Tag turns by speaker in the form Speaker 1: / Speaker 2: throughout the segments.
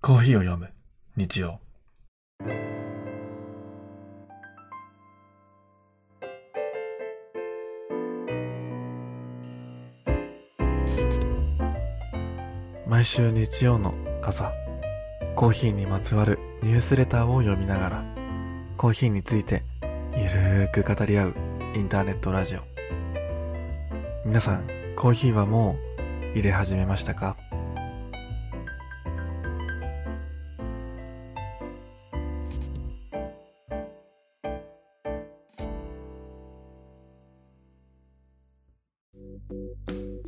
Speaker 1: コーヒーを読む日曜毎週日曜の朝コーヒーにまつわるニュースレターを読みながらコーヒーについてゆるーく語り合うインターネットラジオ皆さんコーヒーはもう入れ始めましたか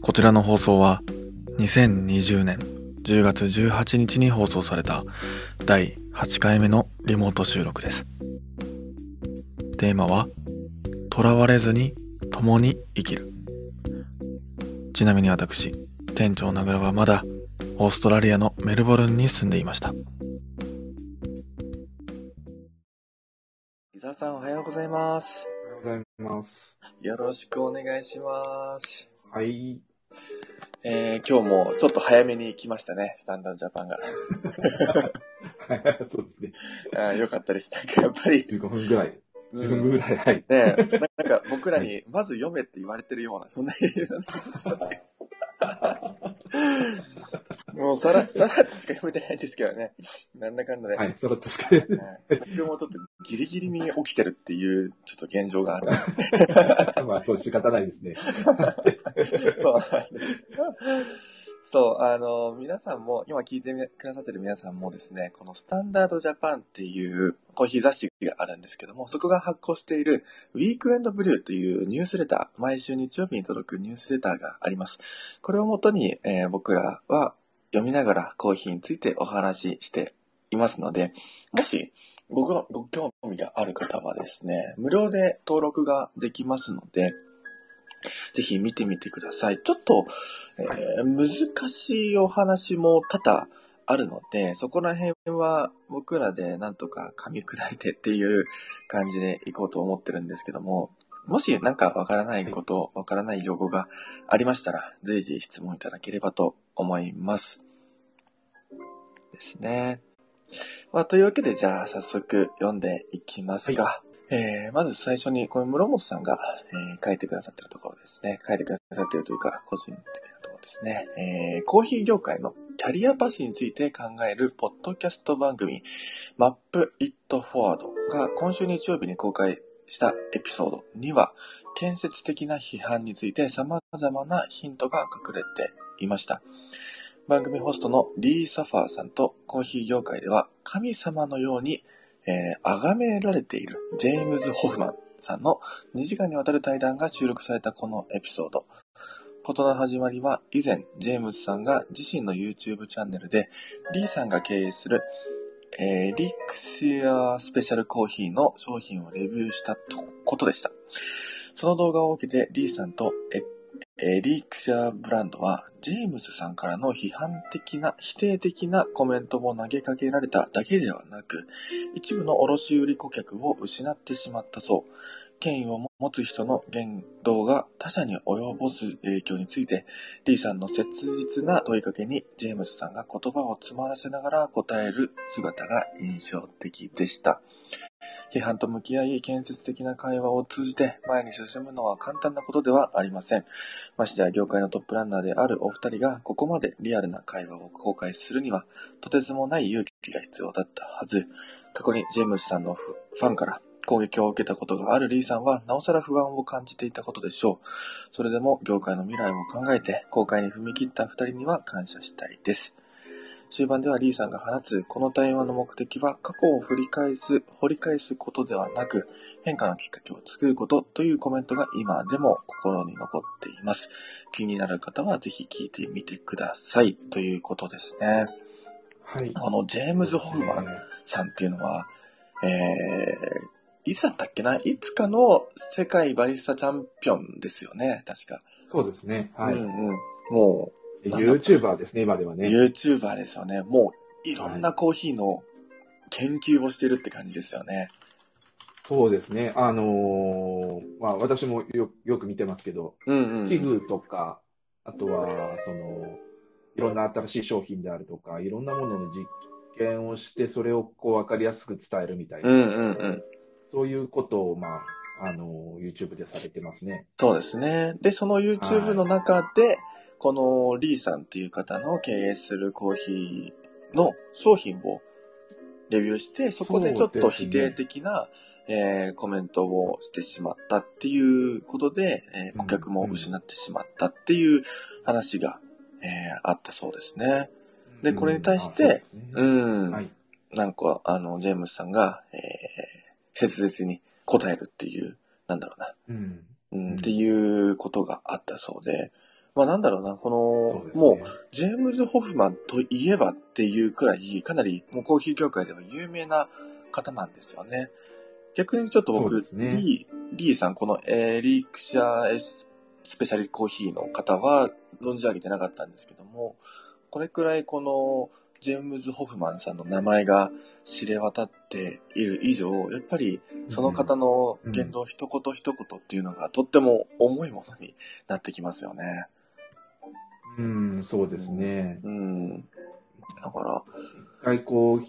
Speaker 1: こちらの放送は2020年10月18日に放送された第8回目のリモート収録です。テーマは「囚われずに共に生きる」ちなみに私店長名倉はまだオーストラリアのメルボルンに住んでいました伊沢さんおはようございます
Speaker 2: おはようございます。
Speaker 1: よろしくお願いします
Speaker 2: はい。
Speaker 1: えー、今日もちょっと早めに来ましたね、スタンダードジャパンが。
Speaker 2: そうですね。
Speaker 1: あーよかったです。なんかやっぱり、
Speaker 2: 15分ぐらい。
Speaker 1: う
Speaker 2: 15分
Speaker 1: ん、
Speaker 2: ぐ
Speaker 1: ね
Speaker 2: らい。はい。
Speaker 1: えななんか僕らに、まず読めって言われてるような、そんな 感じしますね。もうさら、さらっとしか読めてないんですけどね。なんだかんだで。
Speaker 2: はい。そろっとしか。
Speaker 1: はい僕もちょっとギリギリに起きてるっていう、ちょっと現状がある。
Speaker 2: まあ、そう仕方ないですね。
Speaker 1: そうなんです。そう、あの、皆さんも、今聞いてくださってる皆さんもですね、このスタンダードジャパンっていうコーヒー雑誌があるんですけども、そこが発行しているウィークエンドブリューというニュースレター、毎週日曜日に届くニュースレターがあります。これをもとに、えー僕らは読みながらコーヒーについてお話ししていますので、もしごごご興味がある方はですね、無料で登録ができますので、ぜひ見てみてください。ちょっと、えー難しいお話も多々あるので、そこら辺は僕らでなんとか噛み砕いてっていう感じでいこうと思ってるんですけども、もしなんかわからないこと、わからない用語がありましたら、随時質問いただければと思います。ですね。まあ、というわけで、じゃあ早速読んでいきますが、えー、まず最初に、これ室本さんが、えー書いてくださってるところですね。書いてくださってるというか、個人的なところですね。えー、コーヒー業界のキャリアパスについて考えるポッドキャスト番組、マップ・イット・フォワードが今週日曜日に公開したエピソードには、建設的な批判について様々なヒントが隠れていました。番組ホストのリー・サファーさんとコーヒー業界では神様のようにえー、崇められているジェームズ・ホフマンさんの2時間にわたる対談が収録されたこのエピソード。事の始まりは以前、ジェームズさんが自身の YouTube チャンネルで、リーさんが経営する、えーリクシアスペシャルコーヒーの商品をレビューしたとことでした。その動画を受けて、リーさんとええーリクシアブランドは、ジェームズさんからの批判的な、否定的なコメントも投げかけられただけではなく、一部の卸売顧客を失ってしまったそう。権威を持つ人の言動が他者に及ぼす影響について、リーさんの切実な問いかけに、ジェームズさんが言葉を詰まらせながら答える姿が印象的でした。批判と向き合い、建設的な会話を通じて前に進むのは簡単なことではありません。ましてや業界のトップランナーであるお二人がここまでリアルな会話を公開するには、とてつもない勇気が必要だったはず。過去にジェームズさんのフファンから攻撃を受けたことがあるリーさんは、なおさら不安を感じていたことでしょう。それでも業界の未来を考えて、公開に踏み切った二人には感謝したいです。終盤ではリーさんが放つこの対話の目的は過去を振り返す、掘り返すことではなく変化のきっかけを作ることというコメントが今でも心に残っています。気になる方はぜひ聞いてみてくださいということですね。
Speaker 2: はい。
Speaker 1: このジェームズ・ホフマンさんっていうのは、えー、いつだったっけないつかの世界バリスタチャンピオンですよね、確か。
Speaker 2: そうですね。は
Speaker 1: うん
Speaker 2: い。
Speaker 1: うん。もなんだ
Speaker 2: YouTuber ですね、今では
Speaker 1: う、
Speaker 2: ね。
Speaker 1: YouTuber ですよね。もう、いろんなコーヒーの研究をしてるって感じですよね。
Speaker 2: そうですね。あのーまあ、私もよよく見てますけど、
Speaker 1: うんう
Speaker 2: 器
Speaker 1: ん。
Speaker 2: 具とか、あとは、その、いろんな新しい商品であるとか、いろんなものの実見をして、それをこう分かりやすく伝えるみたいな、
Speaker 1: うんうんうん。
Speaker 2: そういうことを、まあ、あの、YouTube でされてますね。
Speaker 1: そうですね。で、その YouTube の中で、このリーさんっていう方の経営するコーヒーの商品をレビューして、そこでちょっ
Speaker 2: そ
Speaker 1: と
Speaker 2: うです
Speaker 1: 否
Speaker 2: ね
Speaker 1: 定的な、えーコメントをしてしまったっていうことで、えー顧客も失ってしまったっていう話が、えーあったそうですね。でこれに対して
Speaker 2: うんあそうですね
Speaker 1: うん。
Speaker 2: はい。
Speaker 1: なんか、あの、ジェームスさんが、えー、切実に答えるっていう、なんだろうな、
Speaker 2: うん。
Speaker 1: うん
Speaker 2: うん
Speaker 1: っていうことがあったそうで、まあなんだろうな、この、
Speaker 2: そうですね
Speaker 1: もう、ジェームズ・ホフマンといえばっていうくらい、かなりもうコーヒー業界では有名な方なんですよね。逆にちょっと
Speaker 2: そう
Speaker 1: 僕、
Speaker 2: ですね
Speaker 1: リー、リーさん、このエリクシャエススペシャリコーヒーの方は存じ上げてなかったんですけども、これくらいこのジェームズ・ホフマンさんの名前が知れ渡っている以上、やっぱりその方の言動一言一言っていうのがとっても重いものになってきますよね。
Speaker 2: うん、そうですね。
Speaker 1: うん。だから、
Speaker 2: 一回こう、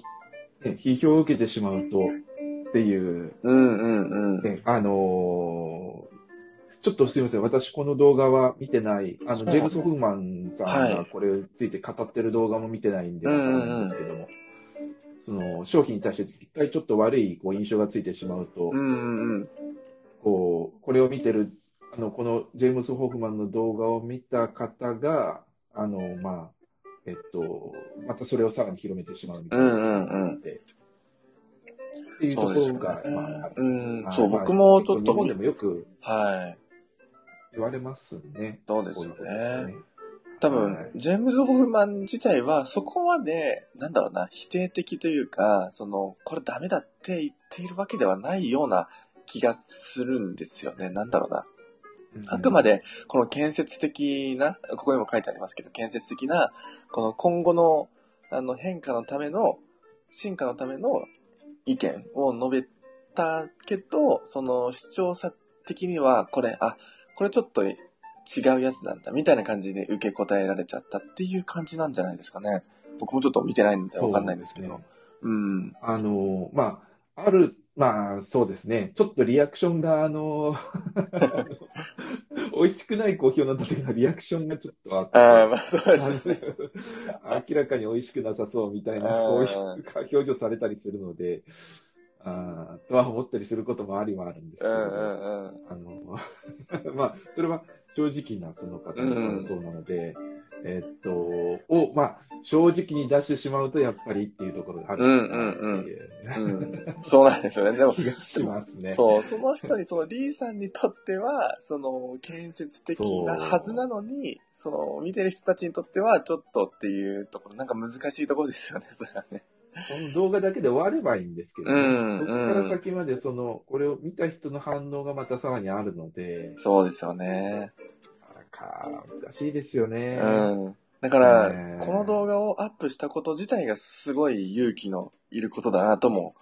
Speaker 2: ね、批評を受けてしまうと、っていう、
Speaker 1: うんうんうん。
Speaker 2: ね、あのーちょっとすいません。私、この動画は見てない。あの、
Speaker 1: そ
Speaker 2: ジ
Speaker 1: うなんだ
Speaker 2: ェームス・ホフマンさん
Speaker 1: は
Speaker 2: が
Speaker 1: い
Speaker 2: これについて語ってる動画も見てないんで、
Speaker 1: う
Speaker 2: わ
Speaker 1: ん
Speaker 2: か
Speaker 1: うんうん
Speaker 2: らないんですけども。その、商品に対して一回ちょっと悪いこう印象がついてしまうと、
Speaker 1: うんうんうん。
Speaker 2: こう、これを見てる、あの、このジェームス・ホフマンの動画を見た方が、あの、まあ、えっと、またそれをさらに広めてしまうみた
Speaker 1: う
Speaker 2: いな。
Speaker 1: んうんうん。
Speaker 2: っていうところが、まあある、
Speaker 1: うん
Speaker 2: は。い
Speaker 1: そう、
Speaker 2: まあ
Speaker 1: 僕もちょっ
Speaker 2: 結構日
Speaker 1: と
Speaker 2: 本、でもよく
Speaker 1: はい。
Speaker 2: 言われますね。
Speaker 1: そうですよ
Speaker 2: こういうこと
Speaker 1: ね。。多分、ジェームズ・ホフマン自体はそこまで、なんだろうな、否定的というか、その、これダメだって言っているわけではないような気がするんですよね。なんだろうな。あくま
Speaker 2: で、
Speaker 1: で、この建設的な、ここにも書いてありますけど、建設的な、この今後の、あの、変化のための、進化のための意見を述べたけど、その、視聴者的には、これ、あ、これちょっと違うやつなんだ、みたいな感じで受け答えられちゃったっていう感じなんじゃないですかね。僕もちょっと見てないんでわかんないんですけど。
Speaker 2: そううね
Speaker 1: ん。
Speaker 2: あの、まあ、ある、まあ、そうですね。ちょっとリアクションが、あの、美味しくない好評なんだけど、リアクションがちょっとあって。
Speaker 1: ああ、まあそうですね。
Speaker 2: あの明らかに美味しくなさそうみたいな、
Speaker 1: うん
Speaker 2: こういう表情されたりするので、あーとは思ったりすることもありはあるんですけ
Speaker 1: う
Speaker 2: ど、
Speaker 1: んうんうん。
Speaker 2: あの、 まあ、それは正直なその方の感想なので、えっと、を、まあ、正直に出してしまうと、やっぱりっていうところがあるのかなっていう
Speaker 1: うん、そうなんですよね。でも、
Speaker 2: 気がしますね。
Speaker 1: そう、その人に、そのリーさんにとっては、 その、建設的なはずなのに、その、見てる人たちにとっては、ちょっとっていうところ、なんか難しいところですよね、 それはね。
Speaker 2: この動画だけで終わればいいんですけど、
Speaker 1: うん
Speaker 2: そこから先まで、その、これを見た人の反応がまたさらにあるので、
Speaker 1: そうですよね。
Speaker 2: あらか、難しいですよ
Speaker 1: う
Speaker 2: ね。
Speaker 1: ん。だから
Speaker 2: ね、え
Speaker 1: この動画をアップしたこと自体がすごい勇気のいることだなとも、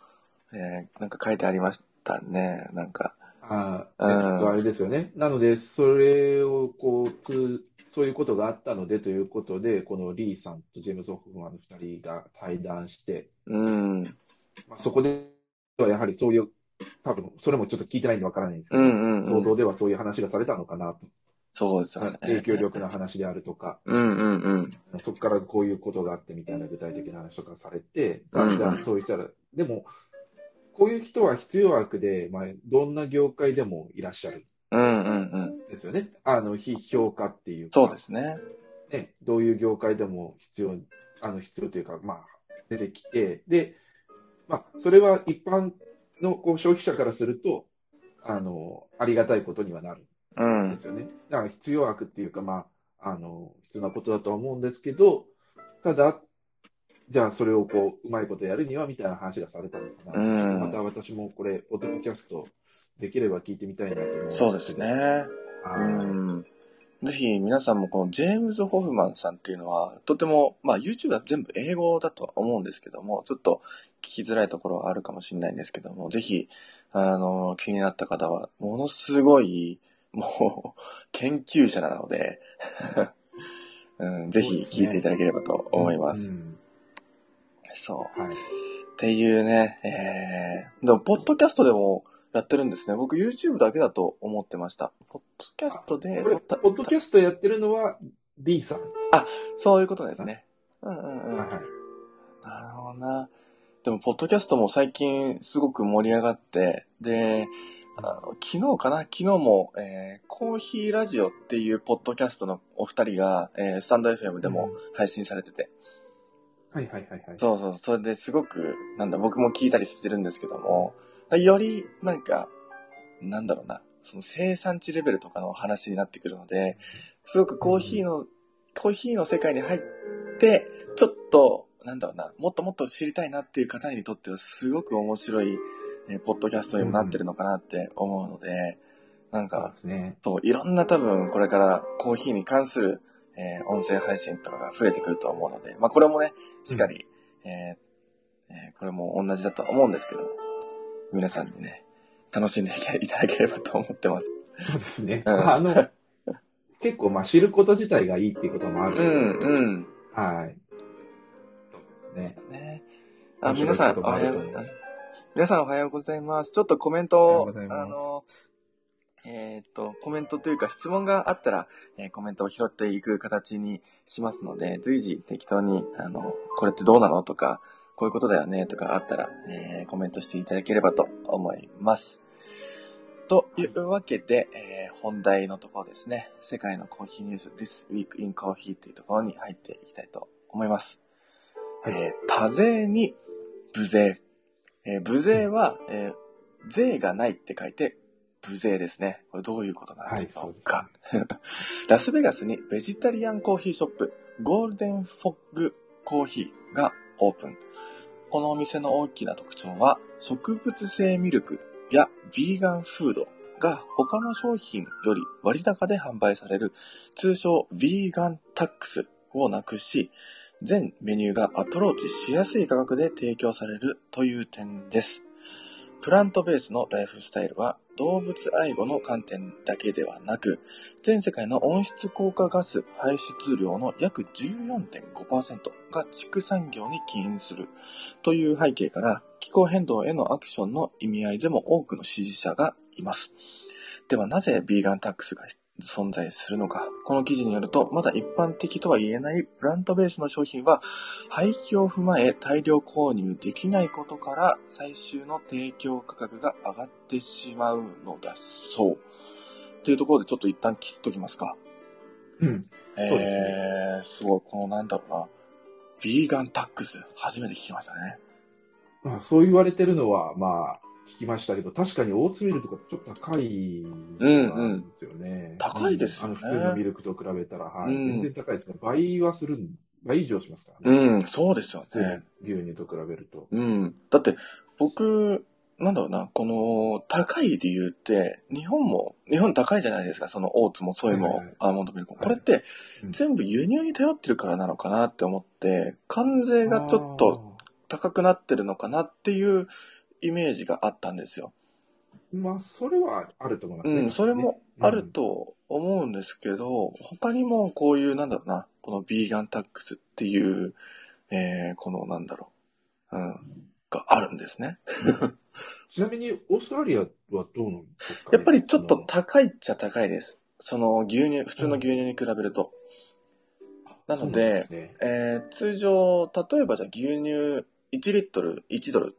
Speaker 1: えーなんか書いてありましたね、なんか。
Speaker 2: あ
Speaker 1: うん
Speaker 2: えっと、あれですよね。なので、それを、こう、つ、そういうことがあったのでということで、このリーさんとジェームズ・ホフマンの二人が対談して、
Speaker 1: うん。うん
Speaker 2: まあ、そこではやはりそういう、多分、それもちょっと聞いてないんでわからないんですけ
Speaker 1: う
Speaker 2: ど、
Speaker 1: ん、う
Speaker 2: 想
Speaker 1: ん。
Speaker 2: 像ではそういう話がされたのかなと。
Speaker 1: そうですよね。
Speaker 2: 影響力の話であるとか、
Speaker 1: うんうんうん。
Speaker 2: そこからこういうことがあってみたいな具体的な話とかされて、
Speaker 1: うん
Speaker 2: だんだんそうしたら、でも、こういう人は必要悪で、まあ、どんな業界でもいらっしゃる
Speaker 1: うんうんうん。
Speaker 2: んですよね。あの、非評価っていうか、
Speaker 1: そうですね。
Speaker 2: ね、どういう業界でも必要、あの、必要というか、まあ、出てきて、で、まあ、それは一般のこう消費者からすると、あの、ありがたいことにはなる。
Speaker 1: う
Speaker 2: で
Speaker 1: ん。
Speaker 2: すよね。だから必要悪っていうか、まあ、あの、必要なことだとは思うんですけど、ただ、じゃあそれをこう、うまいことやるにはみたいな話がされたのかな。
Speaker 1: うん
Speaker 2: また私もこれ、ポッドキャストできれば聞いてみたいなと思います。
Speaker 1: そうです。ね。う
Speaker 2: はい。
Speaker 1: ん。ぜひ皆さんもこのジェームズ・ホフマンさんっていうのは、とても、まあ YouTube は全部英語だとは思うんですけども、ちょっと聞きづらいところはあるかもしれないんですけども、ぜひ、あの、気になった方は、ものすごい、もう、研究者なので、 うん、ぜひ聞いていただければと思います。
Speaker 2: うん
Speaker 1: そう。
Speaker 2: はい。
Speaker 1: っていうね、えー、でも、ポッドキャストでもやってるんですね。僕、YouTube だけだと思ってました。ポッドキャストで
Speaker 2: これ、ポッドキャストやってるのは D さん。
Speaker 1: あ、そういうことですね。うんうんうん。
Speaker 2: はいはい。
Speaker 1: なるほどな。でも、ポッドキャストも最近すごく盛り上がって、で、あの昨日かな昨日も、えー、コーヒーラジオっていうポッドキャストのお二人が、えー、スタンド FM でも配信されてて、
Speaker 2: はいはいはいはい。
Speaker 1: そうそう、それですごく、なんだ、僕も聞いたりしてるんですけども、より、なんか、なんだろうな、その生産地レベルとかの話になってくるので、すごくコーヒーの、うん、コーヒーの世界に入って、ちょっと、なんだろうな、もっともっと知りたいなっていう方にとってはすごく面白い、えー、ポッドキャストにもなってるのかなって思うので、なん
Speaker 2: そう
Speaker 1: か、
Speaker 2: ですね。
Speaker 1: そう、いろんな多分これからコーヒーに関するえー、音声配信とかが増えてくると思うので、まあこれもね、しっかり、うん、えー、えー、これも同じだとは思うんですけど、皆さんにね、楽しんでいただければと思ってます。
Speaker 2: そうですね。
Speaker 1: うん
Speaker 2: まあ、あの、結構まあ知ること自体がいいっていうこともある。
Speaker 1: うんうん。
Speaker 2: はい。そうです
Speaker 1: そ
Speaker 2: ね。
Speaker 1: うね。あ、皆さん、おはようございます。皆さんおはようございます。ちょっとコメントを、あの、えー、っと、コメントというか質問があったら、えー、コメントを拾っていく形にしますので、随時適当に、あの、これってどうなのとか、こういうことだよねとかあったら、えー、コメントしていただければと思います。というわけで、え本題のところですね。世界のコーヒーニュース This Week in Coffee というところに入っていきたいと思います。
Speaker 2: はい
Speaker 1: え多税に無税。え無税は、え税がないって書いて、無税ですね。これどういうことなんでしょうか。
Speaker 2: はいね、
Speaker 1: ラスベガスにベジタリアンコーヒーショップ、ゴールデンフォッグコーヒーがオープン。このお店の大きな特徴は、植物性ミルクやビーガンフードが他の商品より割高で販売される、通称ビーガンタックスをなくし、全メニューがアプローチしやすい価格で提供されるという点です。プラントベースのライフスタイルは動物愛護の観点だけではなく、全世界の温室効果ガス排出量の約14.5%が畜産業に起因するという背景から、気候変動へのアクションの意味合いでも多くの支持者がいます。ではなぜビーガンタックスが存在するのか。この記事によると、まだ一般的とは言えないプラントベースの商品は、廃棄を踏まえ大量購入できないことから、最終の提供価格が上がってしまうのだそう。というところでちょっと一旦切っときますか。
Speaker 2: うん。そうですね。
Speaker 1: えー、すごい、このなんだろうな。ビーガンタックス、初めて聞きましたね。
Speaker 2: まあ、そう言われてるのは、まあ、聞きましたけど、確かにオーツミルとかちょっと高いんですよね。
Speaker 1: 高いですよね
Speaker 2: あの普通のミルクと比べたら、はい、
Speaker 1: うん
Speaker 2: 全然高いですね。倍はするん、倍以上しますからね。
Speaker 1: うん、そうですよ
Speaker 2: 普
Speaker 1: ね
Speaker 2: 通。の牛乳と比べると。
Speaker 1: うん。だって、僕、なんだろうな、この、高い理由って、日本も、日本高いじゃないですか、そのオーツもソイ
Speaker 2: はい
Speaker 1: も
Speaker 2: はいはい
Speaker 1: アーモンドミルクも。
Speaker 2: はい
Speaker 1: これって、
Speaker 2: うん
Speaker 1: 全部輸入に頼ってるからなのかなって思って、関税がちょっと高くなってるのかなっていうイメージがあったんですよ。
Speaker 2: あーまあ、それはあると思いますね。
Speaker 1: うん、それもあると思うんですけど、他にもこういう、なんだろうな、このビーガンタックスっていう、えー、このなんだろう、うん、があるんですね。
Speaker 2: ちなみに、オーストラリアはどうなんですかね、
Speaker 1: やっぱりちょっと高いっちゃ高いです。その牛乳、普通の牛乳に比べると。なので
Speaker 2: そうなんですね
Speaker 1: えー通常、例えばじゃあ牛乳1リットル1ドル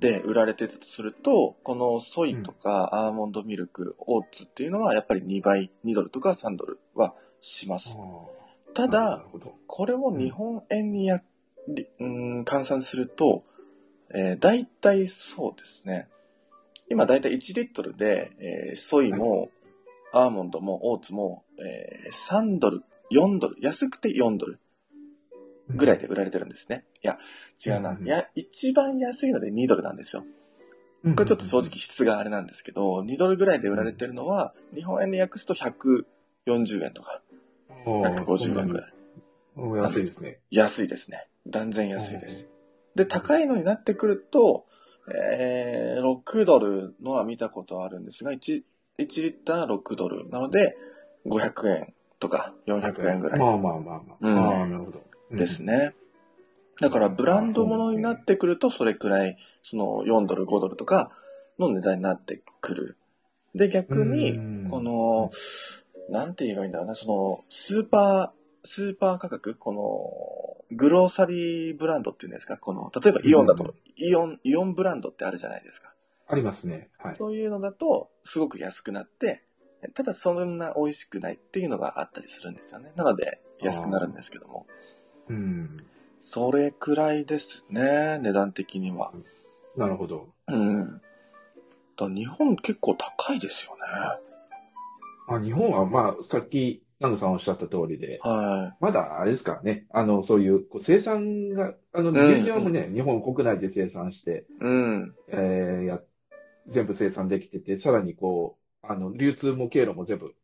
Speaker 1: で売られてたとすると、このソイとかアーモンドミルク、オーツっていうのはやっぱり2倍、2ドルとか3ドルはします。
Speaker 2: あ
Speaker 1: た
Speaker 2: ーな
Speaker 1: だ
Speaker 2: る、ほど。
Speaker 1: これを日本円にや、りうーん換算すると、えー、大体そうですね。今大体1リットルで、えーソイも、アーモンドも、オーツも、えー3ドル、4ドル、安くて4ドルぐらいで売られてるんですね。いや、違う
Speaker 2: うん
Speaker 1: な
Speaker 2: う。ん
Speaker 1: いや、一番安いので2ドルなんですよ。
Speaker 2: うん。
Speaker 1: これちょっと正直質があれなんですけど、2ドルぐらいで売られてるのは、日本円で訳すと140円とか、
Speaker 2: うん、
Speaker 1: 150円ぐらい。
Speaker 2: うん。うん安いですね。
Speaker 1: 安いですね。断然安いです。で、高いのになってくると、えー、6ドルのは見たことあるんですが、1, 1リッター6ドル。なので、500円とか400円ぐらい
Speaker 2: まあまあまあまあ。
Speaker 1: うん
Speaker 2: ああ、なるほど。
Speaker 1: ですね。だからブランドものになってくるとそれくらい、その4ドル、5ドルとかの値段になってくる。で、逆
Speaker 2: うん
Speaker 1: に、この、なんて言えばいいんだろうな、その、スーパー、スーパー価格、この、グローサリーブランドっていうんですか、この、例えばイオンだ
Speaker 2: うん
Speaker 1: と、イオン、イオンブランドってあるじゃないですか。
Speaker 2: ありますね。はい。
Speaker 1: そういうのだと、すごく安くなって、ただそんな美味しくないっていうのがあったりするんですよね。なので、安くなるんですけども。
Speaker 2: うん。
Speaker 1: それくらいですね、値段的には。
Speaker 2: なるほど。
Speaker 1: うん。だ日本結構高いですよね。
Speaker 2: まあ、日本は、まあ、さっき、南野さんおっしゃった通りで、
Speaker 1: は
Speaker 2: まだあれですからね、あの、そういう、こう生産が、あの、
Speaker 1: ん
Speaker 2: 現状もね、日本国内で生産して、
Speaker 1: い。うん。
Speaker 2: えーや、全部生産できてて、さらにこう、あの、流通も経路も全部、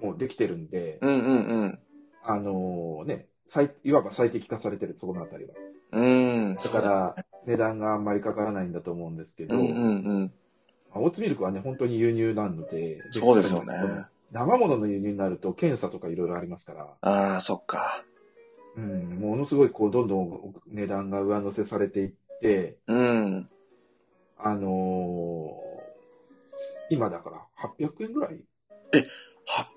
Speaker 2: もうできてるんで、
Speaker 1: うんうんうん。
Speaker 2: あのね、最、いわば最適化されてる、そこのあたりは。
Speaker 1: うん。
Speaker 2: だから、値段があんまりかからないんだと思うんですけ
Speaker 1: う
Speaker 2: ど、
Speaker 1: んうんうん。
Speaker 2: まあオーツミルクはね、本当に輸入なので、
Speaker 1: そうですよね。
Speaker 2: 生物の輸入になると検査とかいろいろありますから、
Speaker 1: ああ、そっか。
Speaker 2: うん、ものすごいこう、どんどん値段が上乗せされていって、
Speaker 1: うん。
Speaker 2: あのー今だから800円ぐらい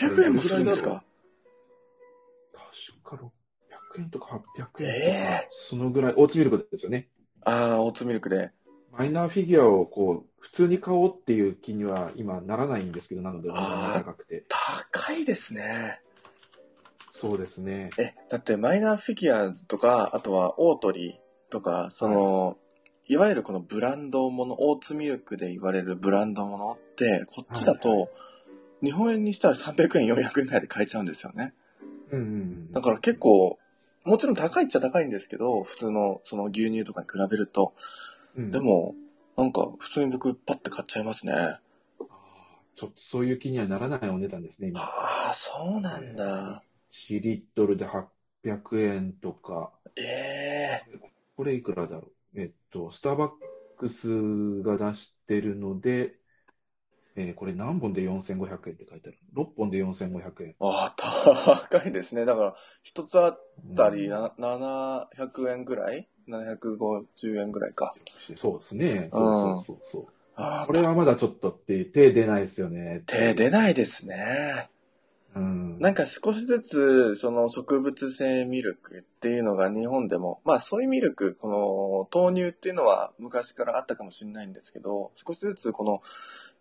Speaker 1: 800円もするんですか
Speaker 2: 確か600円とか800円とか、
Speaker 1: え
Speaker 2: そのぐらい、オーツミルクですよね。
Speaker 1: ああ、オーツミルクで。
Speaker 2: マイナーフィギュアをこう、普通に買おうっていう気には今ならないんですけど、なので値段が高くて。
Speaker 1: 高いですね。
Speaker 2: そうですね。
Speaker 1: え、だってマイナーフィギュアとか、あとは大鳥とか、その、い、わゆるこのブランドもの、オーツミルクで言われるブランドものって、こっちだ
Speaker 2: はい
Speaker 1: と、日本円にしたら300円、400円ぐらいで買えちゃうんですよね。
Speaker 2: うんうんうん。
Speaker 1: だから結構、もちろん高いっちゃ高いんですけど、普通のその牛乳とかに比べると、
Speaker 2: うん
Speaker 1: でも、なんか普通に僕パッて買っちゃいますね。
Speaker 2: ちょっとそういう気にはならないお値段ですね、今。
Speaker 1: ああ、そうなんだ。
Speaker 2: 1リットルで800円とか、
Speaker 1: ええ
Speaker 2: これいくらだろう。えっと、スターバックスが出してるので、えーこれ何本で4500円って書いてある。6本で4500円。
Speaker 1: ああ、高いですね。だから、一つあ
Speaker 2: うん
Speaker 1: たりな700円ぐらい ?750 円ぐらいか。
Speaker 2: そうですね。そうそうそうそう。
Speaker 1: あ
Speaker 2: こ
Speaker 1: あ、
Speaker 2: れはまだちょっとって手出ないですよね。
Speaker 1: 手出ないですね。
Speaker 2: うん。
Speaker 1: なんか少しずつ、その植物性ミルクっていうのが日本でも、まあソイミルク、この豆乳っていうのは昔からあったかもしれないんですけど、少しずつこの、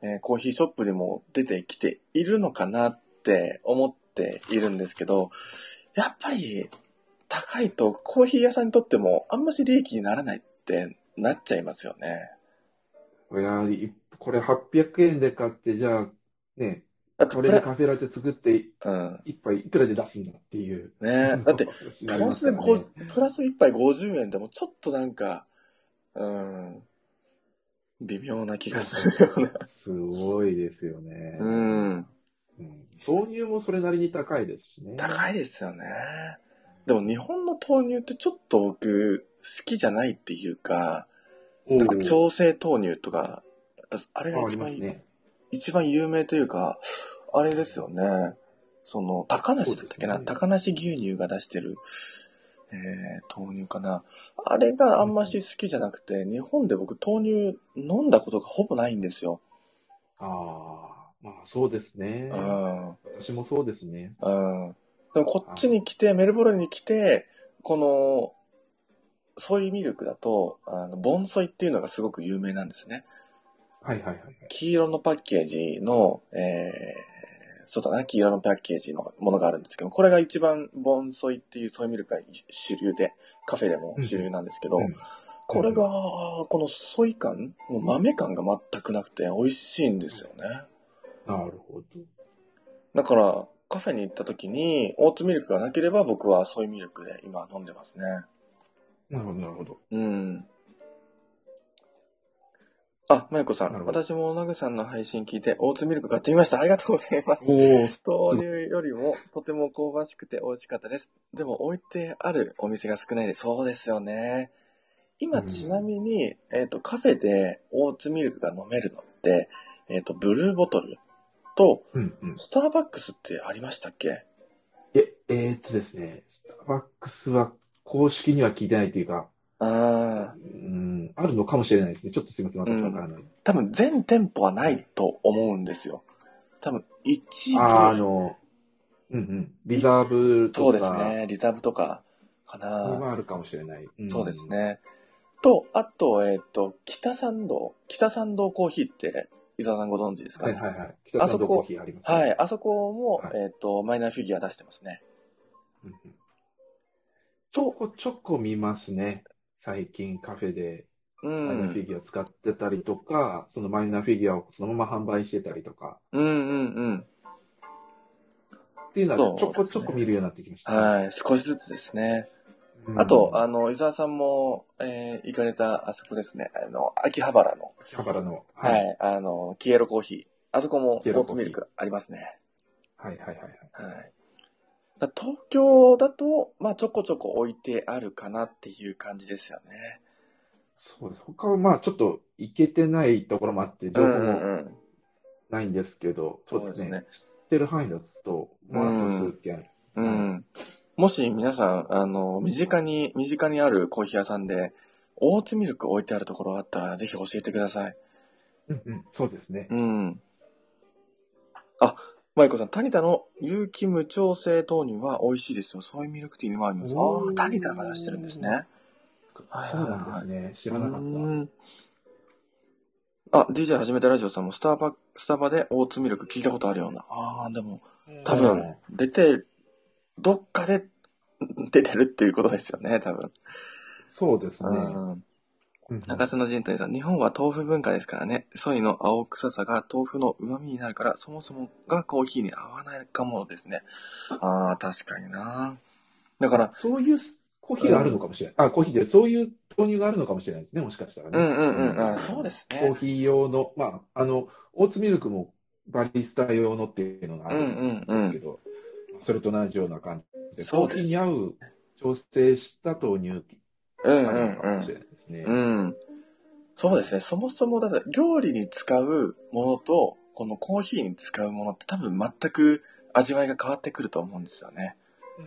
Speaker 1: えーコーヒーショップにも出てきているのかなって思っているんですけど、やっぱり高いとコーヒー屋さんにとってもあんまし利益にならないってなっちゃいますよね。
Speaker 2: いやー、いこれ800円で買って、じゃあ、ね、
Speaker 1: だって
Speaker 2: こ
Speaker 1: プ
Speaker 2: れで
Speaker 1: ラ、
Speaker 2: カフェラテ作って、
Speaker 1: うん。
Speaker 2: 一杯いくらで出すんだっていう。
Speaker 1: ねだって、
Speaker 2: プ
Speaker 1: プラスでこう、プラス一杯50円でもちょっとなんか、うん、微妙な気がするよ ね。
Speaker 2: すごいですよね。
Speaker 1: うん。
Speaker 2: うん豆乳もそれなりに高いですしね。
Speaker 1: 高いですよね。でも日本の豆乳ってちょっと僕、好きじゃないっていうか、
Speaker 2: おー
Speaker 1: なんか調整豆乳とか、あれが
Speaker 2: ああり
Speaker 1: 一
Speaker 2: ま
Speaker 1: 番、
Speaker 2: すね。
Speaker 1: 一番有名というか、あれですよね。その、高梨だったっけな、
Speaker 2: そうですね
Speaker 1: 高梨牛乳が出してる、えー、豆乳かな。あれがあんまし好きじゃなくて、日本で僕豆乳飲んだことがほぼないんですよ。
Speaker 2: ああ、まあそうですね
Speaker 1: う。ん。うん。
Speaker 2: 私もそうですね。
Speaker 1: でもこっちに来て、メルボルンに来て、この、ソイミルクだと、あの、ボンソイっていうのがすごく有名なんですね。
Speaker 2: はいはいはいはい。
Speaker 1: 黄色のパッケージの、えー、そうだな、黄色のパッケージのものがあるんですけど、これが一番ボンソイっていうソイミルクが主流で、カフェでも主流なんですけど、
Speaker 2: うん
Speaker 1: これが、このソイ感、もう豆感が全くなくて美味しいんですよね。
Speaker 2: なるほど。
Speaker 1: だから、カフェに行った時に、オーツミルクがなければ僕はソイミルクで今飲んでますね。
Speaker 2: なるほど、なるほど。
Speaker 1: うん。あ、まゆこさ
Speaker 2: なる
Speaker 1: ん。
Speaker 2: ほど
Speaker 1: 私もなぐさんの配信聞いて、オーツミルク買ってみました。ありがとうございます。
Speaker 2: おお、
Speaker 1: 豆乳よりもとても香ばしくて美味しかったです。でも置いてあるお店が少ないです。そうですよね。今
Speaker 2: うん
Speaker 1: ちなみに、えっ、と、カフェでオーツミルクが飲めるのって、えっ、と、ブルーボトルと、
Speaker 2: うんうん。
Speaker 1: スターバックスってありましたっけ
Speaker 2: え、えーっとですね、スターバックスは公式には聞いてないというか、
Speaker 1: うん。
Speaker 2: うん、あるのかもしれないですね。ちょっとすみません、私わからない。
Speaker 1: 多分全店舗はないと思うんですよ。多分一部、
Speaker 2: あーあの、うんうん、リザーブとか、
Speaker 1: そうですね、リザーブとかか
Speaker 2: それ
Speaker 1: な。
Speaker 2: はあるかもしれない。ん
Speaker 1: そうです。ね。と、あと、えっ、と、北参道。北参道コーヒーって、伊沢さんご存知ですか
Speaker 2: はいはいはい。北さんとコーヒーあります、ね。
Speaker 1: はい。あそこも、
Speaker 2: はい
Speaker 1: えっ、と、マイナーフィギュア出してますね。
Speaker 2: うんうんちょこちょこ見ますね。最近カフェで
Speaker 1: う
Speaker 2: マイナーフィ
Speaker 1: ん。
Speaker 2: ギュア使ってたりとか、そのマイナーフィギュアをそのまま販売してたりとか、
Speaker 1: うんうんうん。
Speaker 2: っていうの
Speaker 1: そう
Speaker 2: は
Speaker 1: で
Speaker 2: ち
Speaker 1: す
Speaker 2: ょ
Speaker 1: ね
Speaker 2: こちょこ見るようになってきましたね、
Speaker 1: はい。少しずつですね。
Speaker 2: うん
Speaker 1: あと、あの、伊沢さんも、えー行かれた、あそこですね。あの、秋葉原の、
Speaker 2: 秋葉原の、
Speaker 1: は、
Speaker 2: はいい、
Speaker 1: あの、キエロコーヒー。あそこも、オ
Speaker 2: キエロ
Speaker 1: ー
Speaker 2: コ
Speaker 1: ツ
Speaker 2: ーヒー
Speaker 1: ミルクありますね。
Speaker 2: はい、はいはいはい。
Speaker 1: はい。だ東京だと、まあ、ちょこちょこ置いてあるかなっていう感じですよね。
Speaker 2: そうです。他はまあちょっと行けてないところもあって、情報
Speaker 1: うん
Speaker 2: も
Speaker 1: うんうん。
Speaker 2: ないんですけど、
Speaker 1: そうで
Speaker 2: そうですす
Speaker 1: ね
Speaker 2: ね。知ってる範囲だと、もらった数件。
Speaker 1: うん。もし皆さん、あの、身近に、身近にあるコーヒー屋さんで、オーツミルク置いてあるところあったら、ぜひ教えてください。
Speaker 2: うんうん、そうですね。
Speaker 1: うん。あ、マイコさん、タニタの有機無調整豆乳は美味しいですよ。ソイミルクティーにも合います。あ
Speaker 2: おー
Speaker 1: あ、タニタが出してるんですね。はい
Speaker 2: そうなんですね。知らなかっ
Speaker 1: う
Speaker 2: た。
Speaker 1: ーんあ、DJ 始めたラジオさんもスタバ、スタバでオーツミルク聞いたことあるような。ああ、でも、多分、出て、どっかでうん出てるっていうことですよね、多分。
Speaker 2: そうですね。
Speaker 1: うん。
Speaker 2: うんうん
Speaker 1: 中洲の陣谷さん、日本は豆腐文化ですからね。ソイの青臭さが豆腐の旨味になるから、そもそもがコーヒーに合わないかもですね。ああ、確かにな。だから、
Speaker 2: そういうコーヒーがあるのかもしれない。あ、コーヒーで、そういう豆乳があるのかもしれないですね、もしかしたら
Speaker 1: う
Speaker 2: ね。
Speaker 1: んうんうん、あそうです
Speaker 2: コー
Speaker 1: ね。
Speaker 2: ヒー用の、まあ、あの、オーツミルクもバリスタ用のっていうのがあ
Speaker 1: うんう
Speaker 2: るん
Speaker 1: んう
Speaker 2: ですけ
Speaker 1: ん。
Speaker 2: ど、それと同じような感じで、
Speaker 1: そ
Speaker 2: コ
Speaker 1: う
Speaker 2: ー
Speaker 1: です
Speaker 2: ヒーに合う調整した豆乳
Speaker 1: うん
Speaker 2: があ
Speaker 1: う
Speaker 2: る
Speaker 1: ん
Speaker 2: のか
Speaker 1: うん
Speaker 2: もし。れないですね。
Speaker 1: うん。そうですね。そもそも、だって料理に使うものと、このコーヒーに使うものって多分全く味わいが変わってくると思うんですよね。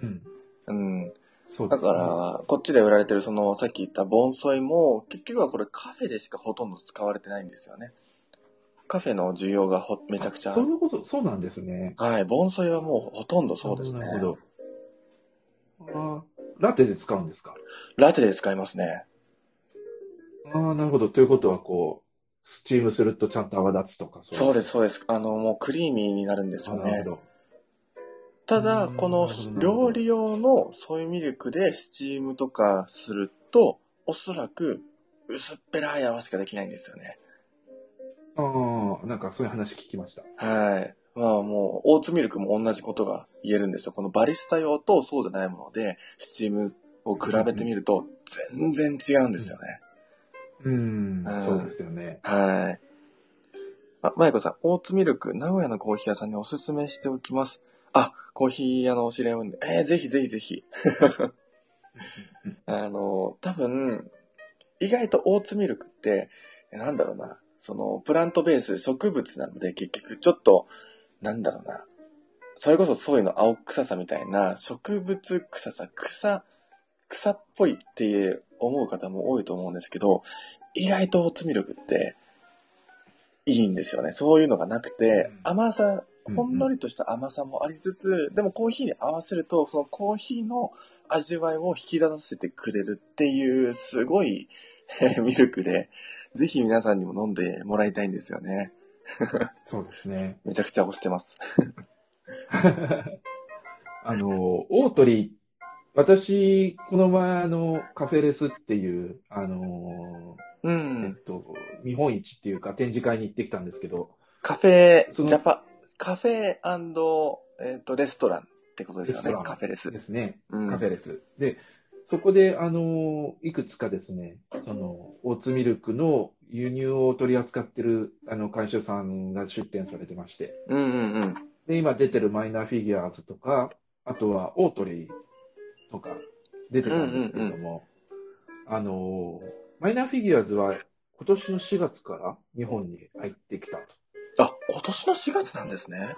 Speaker 2: うん
Speaker 1: うん。
Speaker 2: そうで
Speaker 1: だ
Speaker 2: すね。
Speaker 1: から、こっちで売られてるその、さっき言った盆栽も、結局はこれカフェでしかほとんど使われてないんですよね。カフェの需要がほめちゃくちゃあ
Speaker 2: そう
Speaker 1: る。
Speaker 2: いうこと、そうなんですね。
Speaker 1: はい。盆栽はもうほとんどそうですね
Speaker 2: な。るほど。あーラテで使うんですか
Speaker 1: ラテで使いますね。
Speaker 2: ああ、なるほど。ということは、こう、スチームするとちゃんと泡立つとか、。
Speaker 1: そうですす、そうです。あの、もうクリーミーになるんです
Speaker 2: あ
Speaker 1: よ
Speaker 2: な
Speaker 1: ね
Speaker 2: る。ほど。
Speaker 1: ただ、
Speaker 2: うん
Speaker 1: この
Speaker 2: なるほどなるほど
Speaker 1: 料理用のソイミルクでスチームとかすると、おそらく薄っぺらい泡しかできないんですよね。
Speaker 2: ああ、なんかそういう話聞きました。
Speaker 1: はい。まあもう、オーツミルクも同じことが言えるんですよ。このバリスタ用とそうじゃないもので、スチームを比べてみると、全然違うんですよね。
Speaker 2: うん
Speaker 1: うん
Speaker 2: そうですよね。
Speaker 1: はい。あ、まやこさん、オーツミルク、名古屋のコーヒー屋さんにおすすめしておきます。あ、コーヒー屋のお知り合いをね、えー、ぜひぜひぜひ。 あの、多分、意外とオーツミルクって、なんだろうな、その、プラントベース、植物なので、結局、ちょっと、なんだろうな、それこそソイの青臭さみたいな、植物臭さ、草、草っぽいって思う方も多いと思うんですけど、意外とオーツミルクって、いいんですよね。そういうのがなくて
Speaker 2: うん、
Speaker 1: 甘さ、
Speaker 2: うんうん
Speaker 1: ほんのりとした甘さもありつつ、でもコーヒーに合わせると、そのコーヒーの味わいを引き出させてくれるっていう、すごい ミルクで、ぜひ皆さんにも飲んでもらいたいんですよね。
Speaker 2: そうですね。
Speaker 1: めちゃくちゃ推してます。
Speaker 2: あの、大鳥、私、この前、あの、カフェレスっていう、あの、
Speaker 1: う
Speaker 2: えっ
Speaker 1: ん。
Speaker 2: と、見本市っていうか展示会に行ってきたんですけど、
Speaker 1: カフェ、ジ
Speaker 2: その
Speaker 1: ャパ、カフェ、えっと、レストランってことですよ
Speaker 2: レスト
Speaker 1: ね
Speaker 2: ラ。ン
Speaker 1: カフェレス
Speaker 2: で。すね。
Speaker 1: うん。
Speaker 2: カフェレス。で、そこで、あの、いくつかですね、その、オーツミルクの輸入を取り扱ってる、あの、会社さんが出展されてまして、
Speaker 1: うんうんうん。
Speaker 2: で、今出てるマイナーフィギュアーズとか、あとはオートリーとか出てたんですけれども、あのー、マイナーフィギュアーズは今年の4月から日本に入ってきたと。
Speaker 1: あ、今年の4月なんですね。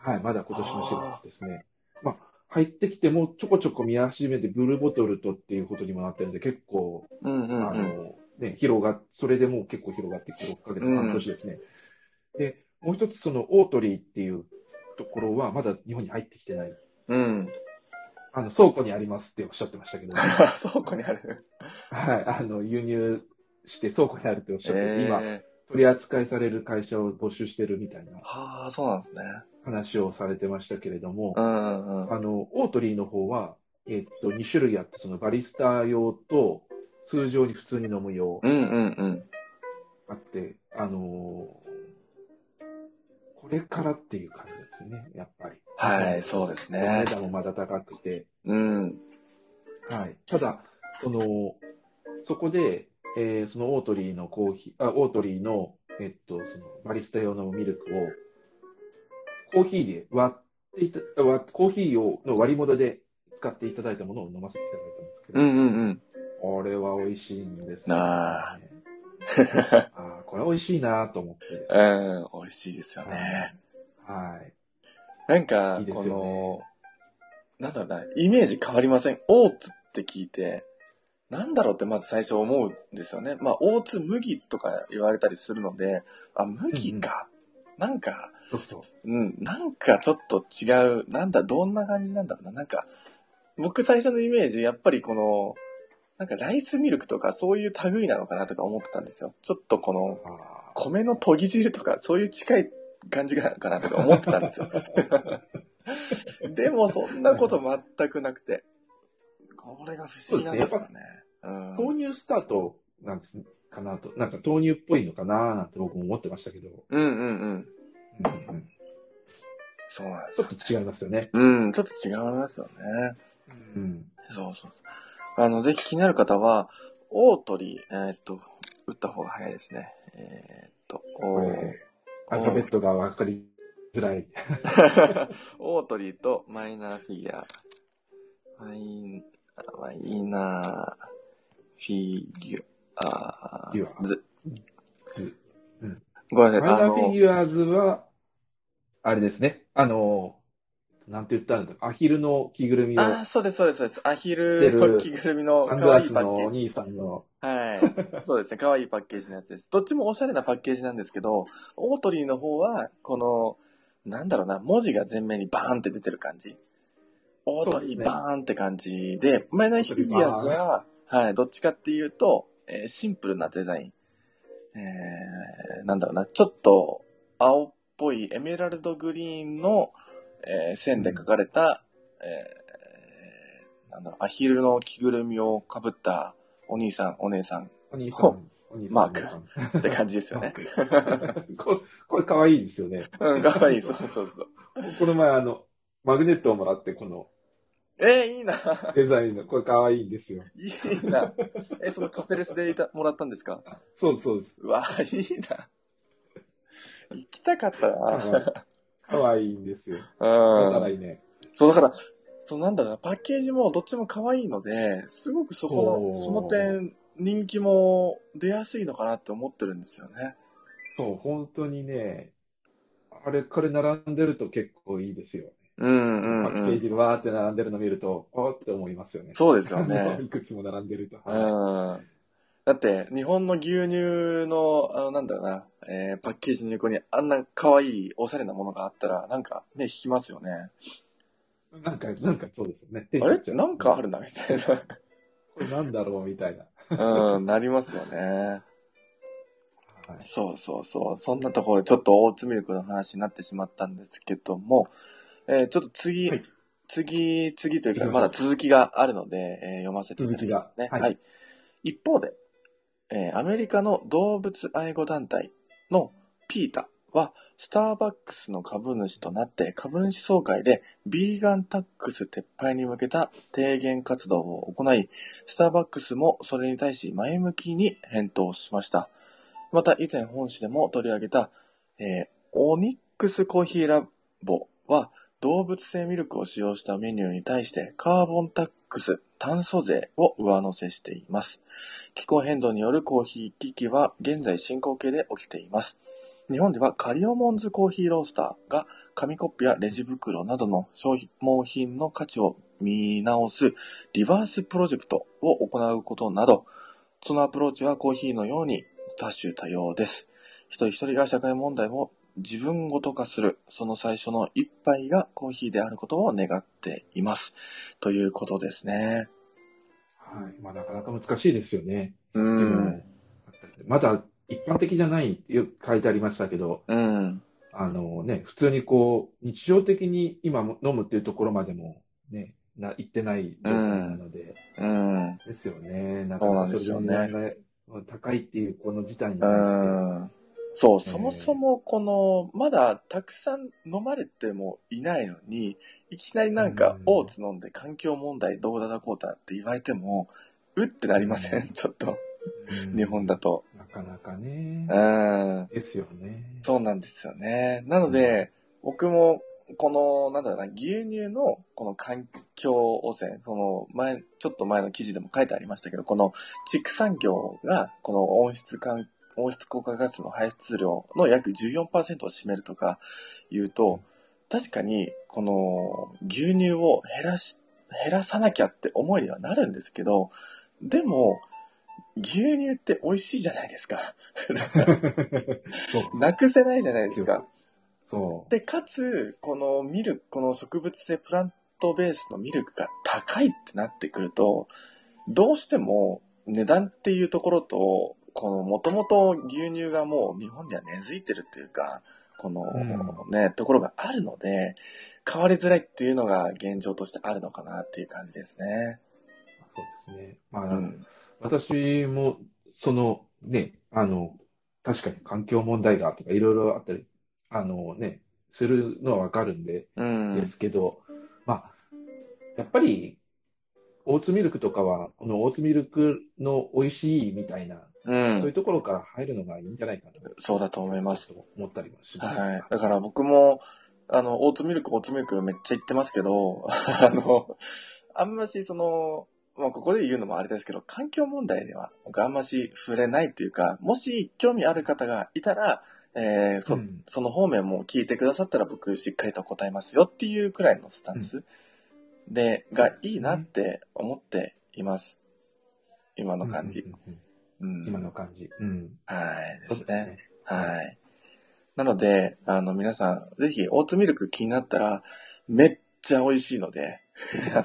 Speaker 2: はい、まだ今年の4月ですね。まあ、入ってきてもちょこちょこ見始めて、ブルーボトルとっていうことにもなってるんで、結構、
Speaker 1: うんう
Speaker 2: あ
Speaker 1: んうん。
Speaker 2: の、ね、広が、それでもう結構広がってきて、6ヶ月、
Speaker 1: うん
Speaker 2: 半年ですね。で、もう一つ、その、オートリーっていうところは、まだ日本に入ってきてない。
Speaker 1: うん。
Speaker 2: あの、倉庫にありますっておっしゃってましたけど、は
Speaker 1: 倉庫にある。
Speaker 2: い、あの、輸入して倉庫にあるっておっしゃってて、今、
Speaker 1: え
Speaker 2: 取り扱いされる会社を募集してるみたいな
Speaker 1: ーはあ、そうなんですね。
Speaker 2: 話をされてましたけれども
Speaker 1: う、んうんうん。
Speaker 2: あの、オートリーの方は、えっと、2種類あって、そのバリスタ用と、通常に普通に飲む用
Speaker 1: うんうんうん。
Speaker 2: あって、あのーこれからっていう感じですね、やっぱり。
Speaker 1: はい、そうです
Speaker 2: お値
Speaker 1: ね。
Speaker 2: 段もまだ高くて。
Speaker 1: うん。
Speaker 2: はい。ただ、その、そこで、えーそのオートリーのコーヒー、あ、オートリーの、えっと、そのバリスタ用のミルクを、コーヒーで割っていた、割コーヒーをの割り戻で使っていただいたものを飲ませていただいたんですけど、
Speaker 1: うんうんうん。
Speaker 2: これは美味しいんです
Speaker 1: あ
Speaker 2: ああー、これ美味しいなと思って。
Speaker 1: うん、美味しいですよね。
Speaker 2: はい。
Speaker 1: なんか
Speaker 2: いい、です
Speaker 1: こ
Speaker 2: よね
Speaker 1: の、なんだろうな、イメージ変わりません。オーツって聞いて、なんだろうってまず最初思うんですよね。まあ、オーツ麦とか言われたりするので、あ、麦か。なんか、
Speaker 2: そうそう。
Speaker 1: うん、なんかちょっと違う。なんだ、どんな感じなんだろうな。なんか、僕最初のイメージ、やっぱりこの、なんかライスミルクとかそういう類なのかなとか思ってたんですよ。ちょっとこの、
Speaker 2: あ
Speaker 1: 米の研ぎ汁とかそういう近い感じなのかなとか思ってたんですよ。でもそんなこと全くなくて。これが不思議なんですよね。う
Speaker 2: ー
Speaker 1: ん。
Speaker 2: 豆乳スタートなんですかなと、なんか豆乳っぽいのかななんて僕も思ってましたけど、
Speaker 1: うんうんうん。
Speaker 2: うんうん
Speaker 1: そうなんです
Speaker 2: ちょ
Speaker 1: よ
Speaker 2: っ。と違いますよね。
Speaker 1: うん、ちょっと違いますよね。
Speaker 2: うん。
Speaker 1: そうそうそう。あの、ぜひ気になる方は、オートリー、えーっと、打った方が早いですね。えーっと、
Speaker 2: こ
Speaker 1: おー
Speaker 2: れ、アルファベットが分かりづらい。
Speaker 1: オートリーとマイナーフィギュア。マイマイナーフィギュア
Speaker 2: ギュア
Speaker 1: ーズ。
Speaker 2: 図
Speaker 1: ごめんな
Speaker 2: マイ
Speaker 1: さい。あ
Speaker 2: ナーフィ
Speaker 1: の、
Speaker 2: ギュアーズは、あれですね。あの、なんて言ったんだアヒルの着ぐるみを、
Speaker 1: あー、そうです、そうです、そうです。アヒルの着ぐるみの
Speaker 2: サン
Speaker 1: 可
Speaker 2: グラ
Speaker 1: 愛い
Speaker 2: ス
Speaker 1: パ
Speaker 2: の
Speaker 1: ッケ
Speaker 2: お
Speaker 1: ージ。
Speaker 2: 兄さんの、
Speaker 1: はい。そうですね、可愛いパッケージのやつです。どっちもおしゃれなパッケージなんですけど、オートリーの方は、この、なんだろうな、文字が前面にバーンって出てる感じ。オートリーバーンって感じで、マイナーフィギュアーズは、はい、どっちかっていうと、えーシンプルなデザイン。えー、なんだろうな、ちょっと青っぽいエメラルドグリーンの、えー線で描かれた、えーなんだろう、アヒルの着ぐるみをかぶったお兄さん、お姉さん
Speaker 2: お兄さん、お兄さん。
Speaker 1: マー
Speaker 2: お
Speaker 1: ク
Speaker 2: 兄さん
Speaker 1: って感じです よね。
Speaker 2: ここれ可愛いですよね。
Speaker 1: うん、かわいい、そうそうそう。
Speaker 2: この前あの、マグネットをもらって、この
Speaker 1: えー、いいな。
Speaker 2: デザインの、これ可愛いんですよ。
Speaker 1: いいな。え、そのカフェレスでいたもらったんですか
Speaker 2: そうそうです。
Speaker 1: うわ、いいな。行きたかったな。
Speaker 2: 可愛いんですよ。だから
Speaker 1: うん。
Speaker 2: いいね。
Speaker 1: そう、だから、そうなんだろうな、パッケージもどっちも可愛いので、すごくそこの、
Speaker 2: そ
Speaker 1: そうの点、人気も出やすいのかなって思ってるんですよね。
Speaker 2: そう、本当にね、あれ、これ並んでると結構いいですよ。
Speaker 1: うんう
Speaker 2: パ
Speaker 1: ん
Speaker 2: ッケ
Speaker 1: う
Speaker 2: ー
Speaker 1: ん。
Speaker 2: ジがわーって並んでるの見ると、あーって思いますよね。
Speaker 1: そうですよ
Speaker 2: あ
Speaker 1: ね
Speaker 2: の。いくつも並んでると。はい
Speaker 1: うん。だって、日本の牛乳の、あのなんだろうな、えーパッケージの横にあんな可愛い、おしゃれなものがあったら、なんか目引きますよね。
Speaker 2: なんか、なんかそうですよね。手に
Speaker 1: あ
Speaker 2: 取
Speaker 1: れ
Speaker 2: っちゃう
Speaker 1: なんかあるな、みたいな。
Speaker 2: これなんだろうみたいな。
Speaker 1: うん、なりますよね。
Speaker 2: はい
Speaker 1: そうそうそう。そんなところでちょっと大津ミルクの話になってしまったんですけども、えーちょっと次、
Speaker 2: はい
Speaker 1: 次、次というか、
Speaker 2: 行きましょう
Speaker 1: まだ続きがあるので、えー読ませていただきますね。
Speaker 2: 続きがはい
Speaker 1: はい。一方で、えーアメリカの動物愛護団体のピータは、スターバックスの株主となって、株主総会でビーガンタックス撤廃に向けた提言活動を行い、スターバックスもそれに対し前向きに返答しました。また以前本誌でも取り上げた、えーオニックスコーヒーラボは動物性ミルクを使用したメニューに対してカーボンタックス、炭素税を上乗せしています。気候変動によるコーヒー危機は現在進行形で起きています。日本ではカリオモンズコーヒーロースターが紙コップやレジ袋などの商品納品の価値を見直すリバースプロジェクトを行うことなど、そのアプローチはコーヒーのように多種多様です。一人一人が社会問題を自分ごと化する、その最初の一杯がコーヒーであることを願っています。ということですね。
Speaker 2: はい。まあ、なかなか難しいですよね。
Speaker 1: う
Speaker 2: で
Speaker 1: ん。
Speaker 2: もまだ一般的じゃないってよく書いてありましたけど、
Speaker 1: うん。
Speaker 2: あのね、普通にこう、日常的に今も飲むっていうところまでもね、な、行ってない状態なので、
Speaker 1: うん。
Speaker 2: ですよね。な
Speaker 1: そう
Speaker 2: か
Speaker 1: な
Speaker 2: なんか
Speaker 1: で
Speaker 2: そ
Speaker 1: すよ
Speaker 2: れ
Speaker 1: ね
Speaker 2: の値段がうん高いっていうこの事態に関して、
Speaker 1: うん。そう、そもそもこの、まだたくさん飲まれてもいないのに、いきなりなんか
Speaker 2: うん、
Speaker 1: オーツ飲んで環境問題どうだだこうだって言われても、うってなりませ
Speaker 2: うん
Speaker 1: んちょっと、
Speaker 2: うん
Speaker 1: 日本だ。と。
Speaker 2: なかなかね
Speaker 1: う。ん。
Speaker 2: ですよね。
Speaker 1: そうなんですよね。なので、僕も、この、なんだろうな、牛乳の、この環境汚染、その前、ちょっと前の記事でも書いてありましたけど、この畜産業が、この温室環、温室効果ガスの排出量の約14%を占めるとか言うと、確かに、この、牛乳を減らし、減らさなきゃって思いにはなるんですけど、でも、牛乳って美味しいじゃないですか。
Speaker 2: そう。
Speaker 1: なくせないじゃないですか。
Speaker 2: そう。
Speaker 1: で、かつ、このミルク、この植物性プラントベースのミルクが高いってなってくると、どうしても値段っていうところと、このもともと牛乳がもう日本には根付いてるっていうか、この
Speaker 2: う
Speaker 1: ね、ところがあるので、変わりづらいっていうのが現状としてあるのかなっていう感じですね。
Speaker 2: そうですね。ま
Speaker 1: う
Speaker 2: あ、
Speaker 1: ん。
Speaker 2: 私も、その、ね、あの、確かに環境問題がとかいろいろあったり、あのね、するのはわかるんで、
Speaker 1: うん。
Speaker 2: ですけど、まあ、やっぱり、オーツミルクとかは、このオーツミルクの美味しいみたいな、
Speaker 1: う。
Speaker 2: そういうんところから入るのがいいんじゃないかな
Speaker 1: そうだと思います。。
Speaker 2: 思ったりもします。
Speaker 1: はい。だから僕も、あの、オートミルク、オートミルクめっちゃ言ってますけど、 あの、あんましその、まあ、ここで言うのもあれですけど、環境問題では、僕あんまし触れないっていうか、もし興味ある方がいたら、えーそ、
Speaker 2: うん
Speaker 1: その方面も聞いてくださったら僕しっかりと答えますよっていうくらいのスタンスで、がいいなって思っています。今の感じ
Speaker 2: う。んうんうん
Speaker 1: うん。
Speaker 2: 今の感じ。うん。
Speaker 1: はい。で
Speaker 2: そう
Speaker 1: す
Speaker 2: で
Speaker 1: ね。
Speaker 2: すね。
Speaker 1: はい。なので、あの、皆さん、ぜひ、オーツミルク気になったら、めっちゃ美味しいので、 あ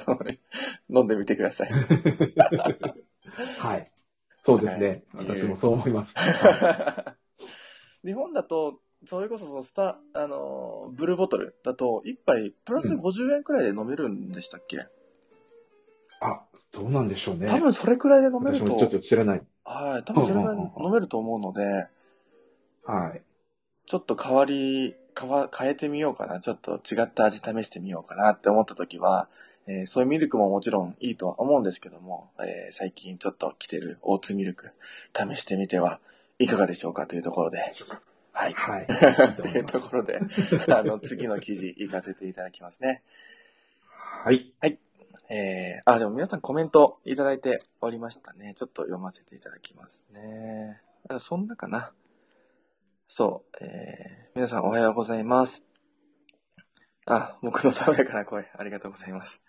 Speaker 1: の、飲んでみてください。
Speaker 2: はい。そうですね。
Speaker 1: はい
Speaker 2: 私もそう思います。
Speaker 1: 日本だと、それこそそのスタ、あの、ブルーボトルだと、一杯プラス
Speaker 2: うん
Speaker 1: 50円くらいで飲めるんでしたっけ、
Speaker 2: あ、どうなんでしょうね。
Speaker 1: 多分それくらいで飲める
Speaker 2: 私
Speaker 1: と
Speaker 2: もちょっ、と知らない。
Speaker 1: はい、多分それくらいで飲めると思うので、
Speaker 2: はい。
Speaker 1: ちょっと変わり、変わ、変えてみようかな。ちょっと違った味試してみようかなって思った時は、えーそういうミルクももちろんいいとは思うんですけども、えー最近ちょっと来てるオーツミルク、試してみてはいかがでしょうかというところで、はい。
Speaker 2: はい。
Speaker 1: というところで、あの、次の記事行かせていただきますね。
Speaker 2: はい。
Speaker 1: えー、あ、でも皆さんコメントいただいておりましたね。ちょっと読ませていただきますね。あそんなかな。そう、えー、皆さんおはようございます。あ、僕の爽やかな声、ありがとうございます。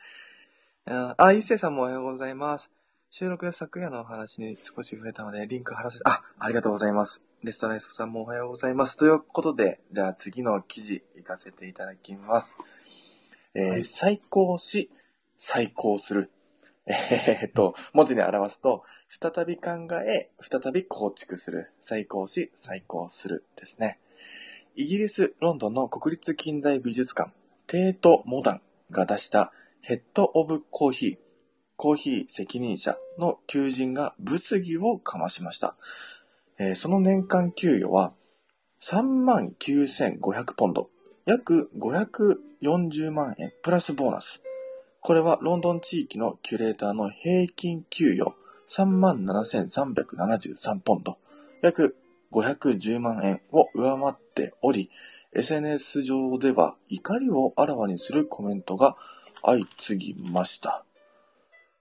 Speaker 1: あ、あ一星さんもおはようございます。収録や昨夜のお話に少し触れたので、リンク貼らせて、あ、ありがとうございます。レストライフさんもおはようございます。ということで、じゃあ次の記事行かせていただきます。えー
Speaker 2: はい
Speaker 1: 最高し、再考する。えーっと、文字に表すと、再び考え、再び構築する。再考し、再考する。ですね。イギリス・ロンドンの国立近代美術館、テート・モダンが出したヘッド・オブ・コーヒー、コーヒー責任者の求人が物議をかましました。えーその年間給与は39,500ポンド、約540万円プラスボーナス。これはロンドン地域のキュレーターの平均給与37,373ポンド、約510万円を上回っており、SNS 上では怒りをあらわにするコメントが相次ぎました。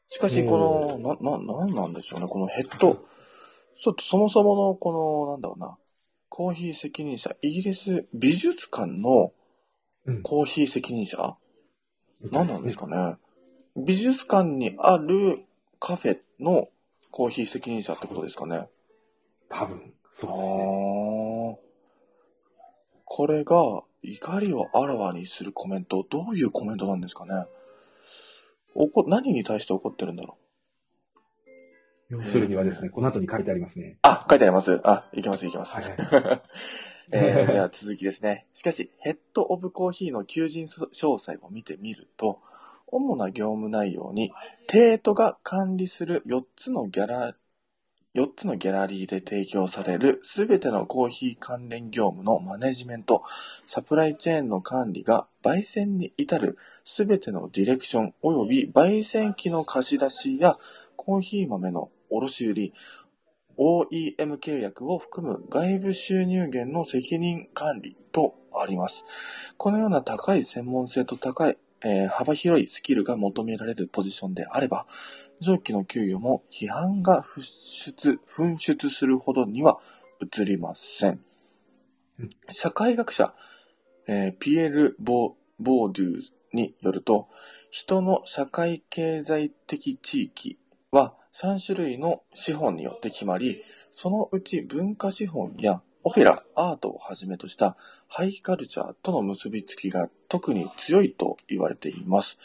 Speaker 1: しかし、この、な、な、なんなんでしょうね、このヘッド。ちょっとそもそもの、この、なんだろうな、コーヒー責任者、イギリス美術館の
Speaker 2: うん
Speaker 1: コーヒー責任者、
Speaker 2: みたい
Speaker 1: 何なんですかね美術館にあるカフェのコーヒー責任者ってことですかね。
Speaker 2: 多分、そ
Speaker 1: あ
Speaker 2: うです
Speaker 1: ー
Speaker 2: ね。
Speaker 1: これが怒りをあらわにするコメント、どういうコメントなんですかね怒何に対して怒ってるんだろう
Speaker 2: 要するにはですね、この後に書いてありますね。
Speaker 1: あ、書いてあります。あ、いきます、いきます
Speaker 2: は。いはい。
Speaker 1: えーでは続きですね。しかし、ヘッド・オブ・コーヒーの求人詳細を見てみると、主な業務内容に、テートが管理する4つのギャラ、4つのギャラリーで提供されるすべてのコーヒー関連業務のマネジメント、サプライチェーンの管理が焙煎に至るすべてのディレクション及び焙煎機の貸し出しやコーヒー豆の卸売り、OEM 契約を含む外部収入源の責任管理とあります。このような高い専門性と高い、えー幅広いスキルが求められるポジションであれば、上記の給与も批判が噴出、噴出するほどには移りません
Speaker 2: うん。
Speaker 1: 社会学者、えーピエール・ボボーデューによると、人の社会経済的地域は3種類の資本によって決まり、そのうち文化資本やオペラ、アートをはじめとしたハイカルチャーとの結びつきが特に強いと言われています。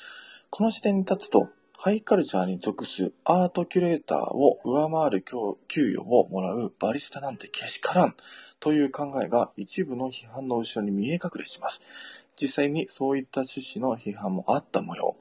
Speaker 1: この視点に立つと、ハイカルチャーに属すアートキュレーターを上回る供給与をもらうバリスタなんてけしからんという考えが一部の批判の後ろに見え隠れします。実際にそういった趣旨の批判もあった模様。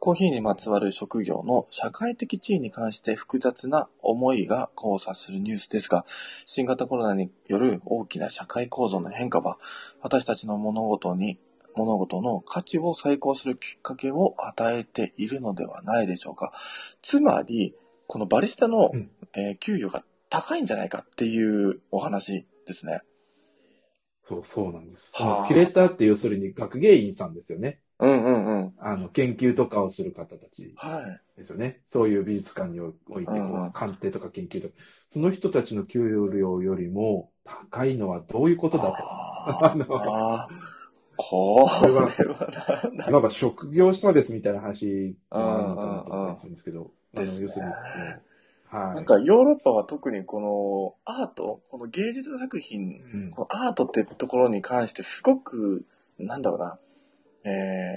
Speaker 1: コーヒーにまつわる職業の社会的地位に関して複雑な思いが交差するニュースですが、新型コロナによる大きな社会構造の変化は、私たちの物事に、物事の価値を再考するきっかけを与えているのではないでしょうか。つまり、このバリスタの、
Speaker 2: うん
Speaker 1: えー給与が高いんじゃないかっていうお話ですね。
Speaker 2: そう、そうなんです。そ
Speaker 1: はあ
Speaker 2: のキュレーターって要するに学芸員さんですよね。
Speaker 1: うんうんうん。
Speaker 2: あの、研究とかをする方たち
Speaker 1: はい。
Speaker 2: ですよね。そういう美術館において、こ
Speaker 1: うんうん
Speaker 2: う、鑑定とか研究とか、その人たちの給料よりも高いのはどういうことだ
Speaker 1: あーあー。こ
Speaker 2: これは
Speaker 1: れは何だ
Speaker 2: と。いわば職業差別みたいな話があるのかなと
Speaker 1: うんうんうん
Speaker 2: 思ったりするんですけど、あの、要
Speaker 1: ですすね
Speaker 2: るに、ね、はい。
Speaker 1: なんかヨーロッパは特にこのアート、この芸術作品、
Speaker 2: うん
Speaker 1: このアートってところに関してすごく、なんだろうな、えー、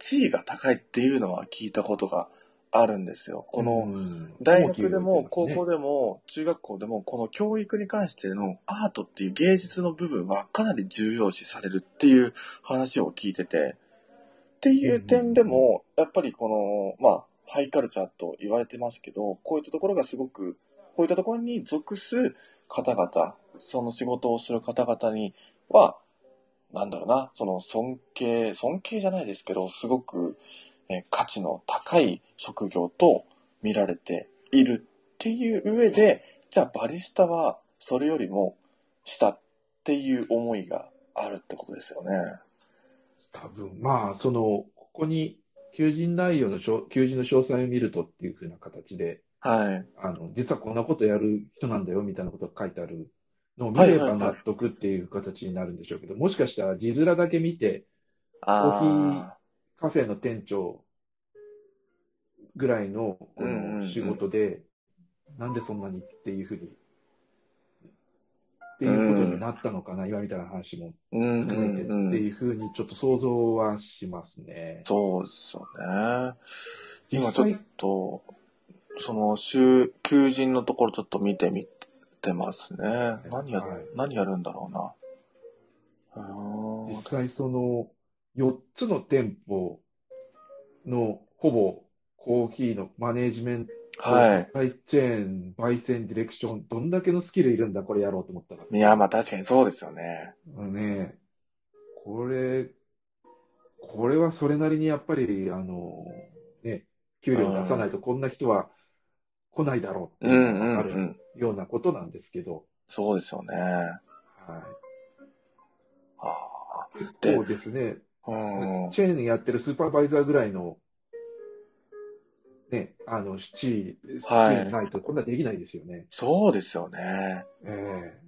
Speaker 1: 地位が高いっていうのは聞いたことがあるんですよ。この、
Speaker 2: うん
Speaker 1: 大学でも
Speaker 2: 高
Speaker 1: 高
Speaker 2: 級
Speaker 1: 校でも中学校でもこの教育に関してのアートっていう芸術の部分はかなり重要視されるっていう話を聞いてて、っていう点でも、やっぱりこの、まあ、ハイカルチャーと言われてますけど、こういったところがすごく、こういったところに属す方々、その仕事をする方々には、なんだろうな、その尊敬、尊敬じゃないですけど、すごく、えー価値の高い職業と見られているっていう上で、じゃあバリスタはそれよりも下っていう思いがあるってことですよね。
Speaker 2: 多分、まあ、その、ここに、求人内容のしょ、求人の詳細を見るとっていうふうな形で、
Speaker 1: はい。
Speaker 2: あの、実はこんなことやる人なんだよみたいなことが書いてあるのを見
Speaker 1: はい
Speaker 2: れ
Speaker 1: はい
Speaker 2: ば
Speaker 1: はい
Speaker 2: 納得っていう形になるんでしょうけど、もしかしたら字面だけ見て、コーヒー
Speaker 1: あ
Speaker 2: カフェの店長ぐらいのこ
Speaker 1: うんうんう
Speaker 2: の
Speaker 1: ん
Speaker 2: 仕事で、なんでそんなにっていうふうに、っていうことになったのかな、今みたいな話も
Speaker 1: ー。うん
Speaker 2: 含めてって
Speaker 1: うんうん。
Speaker 2: いうふうにちょっと想像はしますね。
Speaker 1: そうですよね。今
Speaker 2: 実
Speaker 1: ちょ
Speaker 2: 際
Speaker 1: っと、その、週、求人のところちょっと見てみてますね。何や、
Speaker 2: はい
Speaker 1: 何やるんだろうな。うーん
Speaker 2: 実際その4つの店舗のほぼコーヒーのマネジメント、
Speaker 1: は
Speaker 2: サプライチェーン、焙煎、ディレクション、どんだけのスキルいるんだ、これやろうと思ったら。
Speaker 1: い。いや、まあ確かにそうですよね。
Speaker 2: あのね、これ、これはそれなりにやっぱり、あの、ね、給料出さないとこんな人は来ないだろうって
Speaker 1: う
Speaker 2: い
Speaker 1: ん
Speaker 2: うの
Speaker 1: う
Speaker 2: がわ
Speaker 1: ん
Speaker 2: か
Speaker 1: う
Speaker 2: る
Speaker 1: ん。
Speaker 2: ようなことなんですけど、
Speaker 1: そうですよね。
Speaker 2: は
Speaker 1: あ
Speaker 2: い、結構ですね、
Speaker 1: あ。うん。
Speaker 2: チェーンやってるスーパーバイザーぐらいの、ね、あの、地位、スキルないとこんなできないですよね。
Speaker 1: そうですよね。
Speaker 2: ええ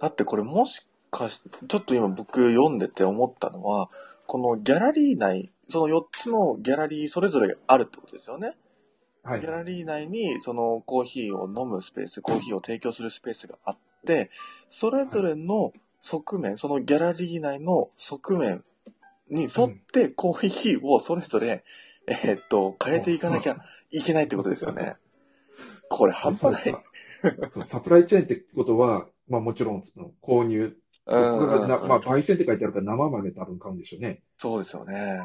Speaker 1: だってこれもしかし、ちょっと今僕読んでて思ったのは、このギャラリー内、その4つのギャラリーそれぞれあるってことですよね。
Speaker 2: はい
Speaker 1: ギャ。ラリー内にそのコーヒーを飲むスペース、コーヒーを提供するスペースがあって、それぞれの側面、そのギャラリー内の側面に沿ってコーヒーをそれぞれ、えーっと、変えていかなきゃいけないってことですよね。これ半端ない。
Speaker 2: そうサプライチェーンってことは、まあもちろんその購入、
Speaker 1: う
Speaker 2: だからなまあ
Speaker 1: ん。
Speaker 2: 焙煎って書いてあるから生豆多分買うんでしょうね。
Speaker 1: そうですよね。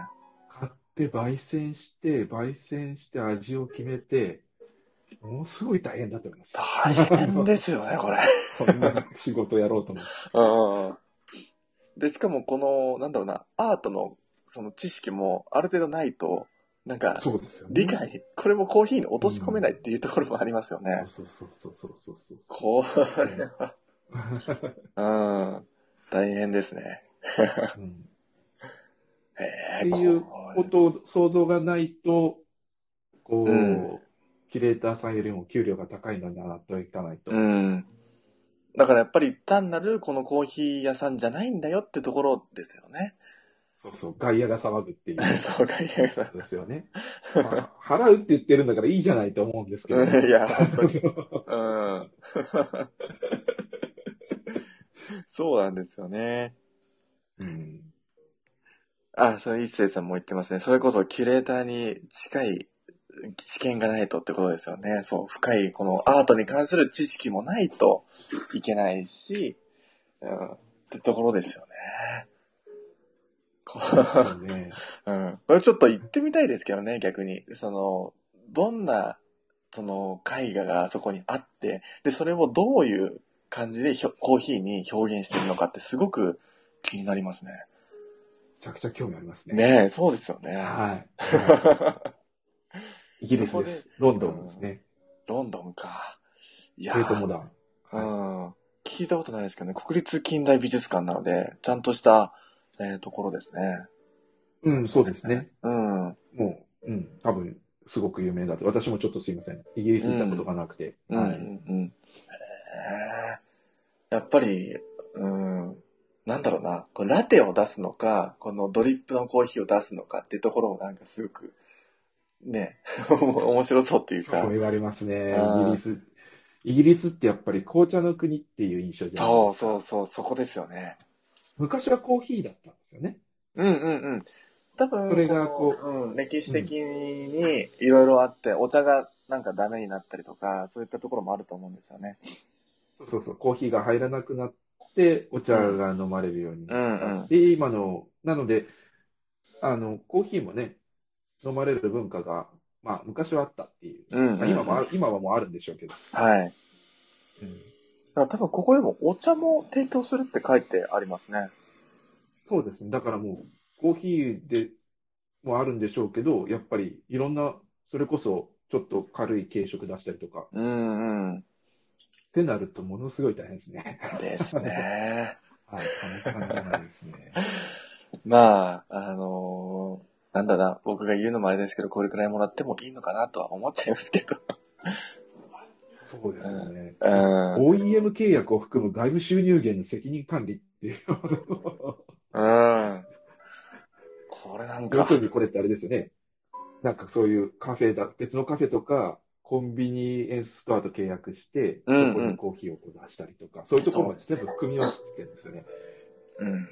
Speaker 2: 買って焙煎して、焙煎して味を決めて、ものすごい大変だと思います。
Speaker 1: 大変ですよね、これ。
Speaker 2: こんな仕事やろうと 思って。
Speaker 1: うんうんうんで、しかもこの、なんだろうな、アートの、その知識もある程度ないと、なんか、
Speaker 2: そうですよね。
Speaker 1: 理解、これもコーヒーに落とし込めないっていうところもありますよね。
Speaker 2: そうそうそうそうそうそうそう。
Speaker 1: こう、うん、大変ですね。
Speaker 2: うん
Speaker 1: へ
Speaker 2: って
Speaker 1: え、こ
Speaker 2: いうこ
Speaker 1: う。
Speaker 2: とを想像がないと、こう、
Speaker 1: うん
Speaker 2: キュレーターさんよりも給料が高いのになといかないと。
Speaker 1: うん。だからやっぱり単なるこのコーヒー屋さんじゃないんだよってところですよね。
Speaker 2: そうそう、外野が騒ぐっていう。
Speaker 1: そうか、いや、そう
Speaker 2: ですよね。 まあ払うって言ってるんだからいいじゃないと思うんですけど、
Speaker 1: うんいや、本当に。うん。 そうなんですよね。
Speaker 2: うん
Speaker 1: あ、その一星さんも言ってますね。それこそキュレーターに近い知見がないとってことですよね。そう、深いこのアートに関する知識もないといけないし、うん、ってところですよね。こ
Speaker 2: そうね。
Speaker 1: う、うん。これちょっと行ってみたいですけどね、逆に。その、どんな、その、絵画がそこにあって、で、それをどういう感じでひょコーヒーに表現してるのかってすごく気になりますね。
Speaker 2: めちゃくちゃ興味ありますね。
Speaker 1: ねえ、そうですよね。
Speaker 2: はい。はいイギリスで
Speaker 1: そ
Speaker 2: す。ロンドンですね。
Speaker 1: ロンドンか。いや
Speaker 2: グレートモ
Speaker 1: ー、
Speaker 2: ダン。
Speaker 1: う
Speaker 2: はい
Speaker 1: ん。聞いたことないですけどね、国立近代美術館なので、ちゃんとした、えーところですね。
Speaker 2: うん、そうですね。
Speaker 1: うん。うん
Speaker 2: もう、うん、多分、すごく有名だと。私もちょっとすいません。イギリス行ったことがなくて。
Speaker 1: う
Speaker 2: はい。
Speaker 1: ん。うん。へーやっぱり、うん。なんだろうな、こうラテを出すのか、このドリップのコーヒーを出すのかっていうところをなんかすごく、ね、 面白そうっていうか
Speaker 2: 興。味がありますね。
Speaker 1: うん
Speaker 2: イギリス。イギリスってやっぱり紅茶の国っていう印象じゃない
Speaker 1: そう
Speaker 2: ですか。
Speaker 1: そうそう、そこですよね。
Speaker 2: 昔はコーヒーだったんですよね。
Speaker 1: うんうんうん。多分
Speaker 2: それがこう
Speaker 1: のうん、歴史的にいろいろあって、お茶がなんかダメになったりとか、そういったところもあると思うんですよね。
Speaker 2: そうそうそう。コーヒーが入らなくなって、お茶が飲まれるように
Speaker 1: うんうんうん
Speaker 2: で、今の、なので、あの、コーヒーもね、飲まれる文化が、まあ、昔はあったっていう。
Speaker 1: うんうん
Speaker 2: まあ、今もあ、今はもうあるんでしょうけど。
Speaker 1: はい。だ
Speaker 2: うん
Speaker 1: から多分ここでもお茶も提供するって書いてありますね。
Speaker 2: そうですね。だからもう、コーヒーでもあるんでしょうけど、やっぱりいろんな、それこそちょっと軽い軽食出したりとか、っ
Speaker 1: うんうん。
Speaker 2: てなるとものすごい大変です ね。
Speaker 1: ですね。
Speaker 2: はい、簡単じゃないですね。
Speaker 1: まあ、あのーなんだな、僕が言うのもあれですけど、これくらいもらってもいいのかなとは思っちゃいますけど。
Speaker 2: そうですよね。
Speaker 1: うん。
Speaker 2: OEM 契約を含む外部収入源の責任管理っていう、
Speaker 1: うん。これなん
Speaker 2: 要
Speaker 1: か
Speaker 2: す、るにこれってあれですよね。なんかそういうカフェだ、別のカフェとか、コンビニエンスストアと契約して、
Speaker 1: うんうん
Speaker 2: そこにコーヒーをこう出したりとか、そういうところも
Speaker 1: そう
Speaker 2: 全
Speaker 1: ですね
Speaker 2: 部含み合わせてるんですよね。
Speaker 1: うん。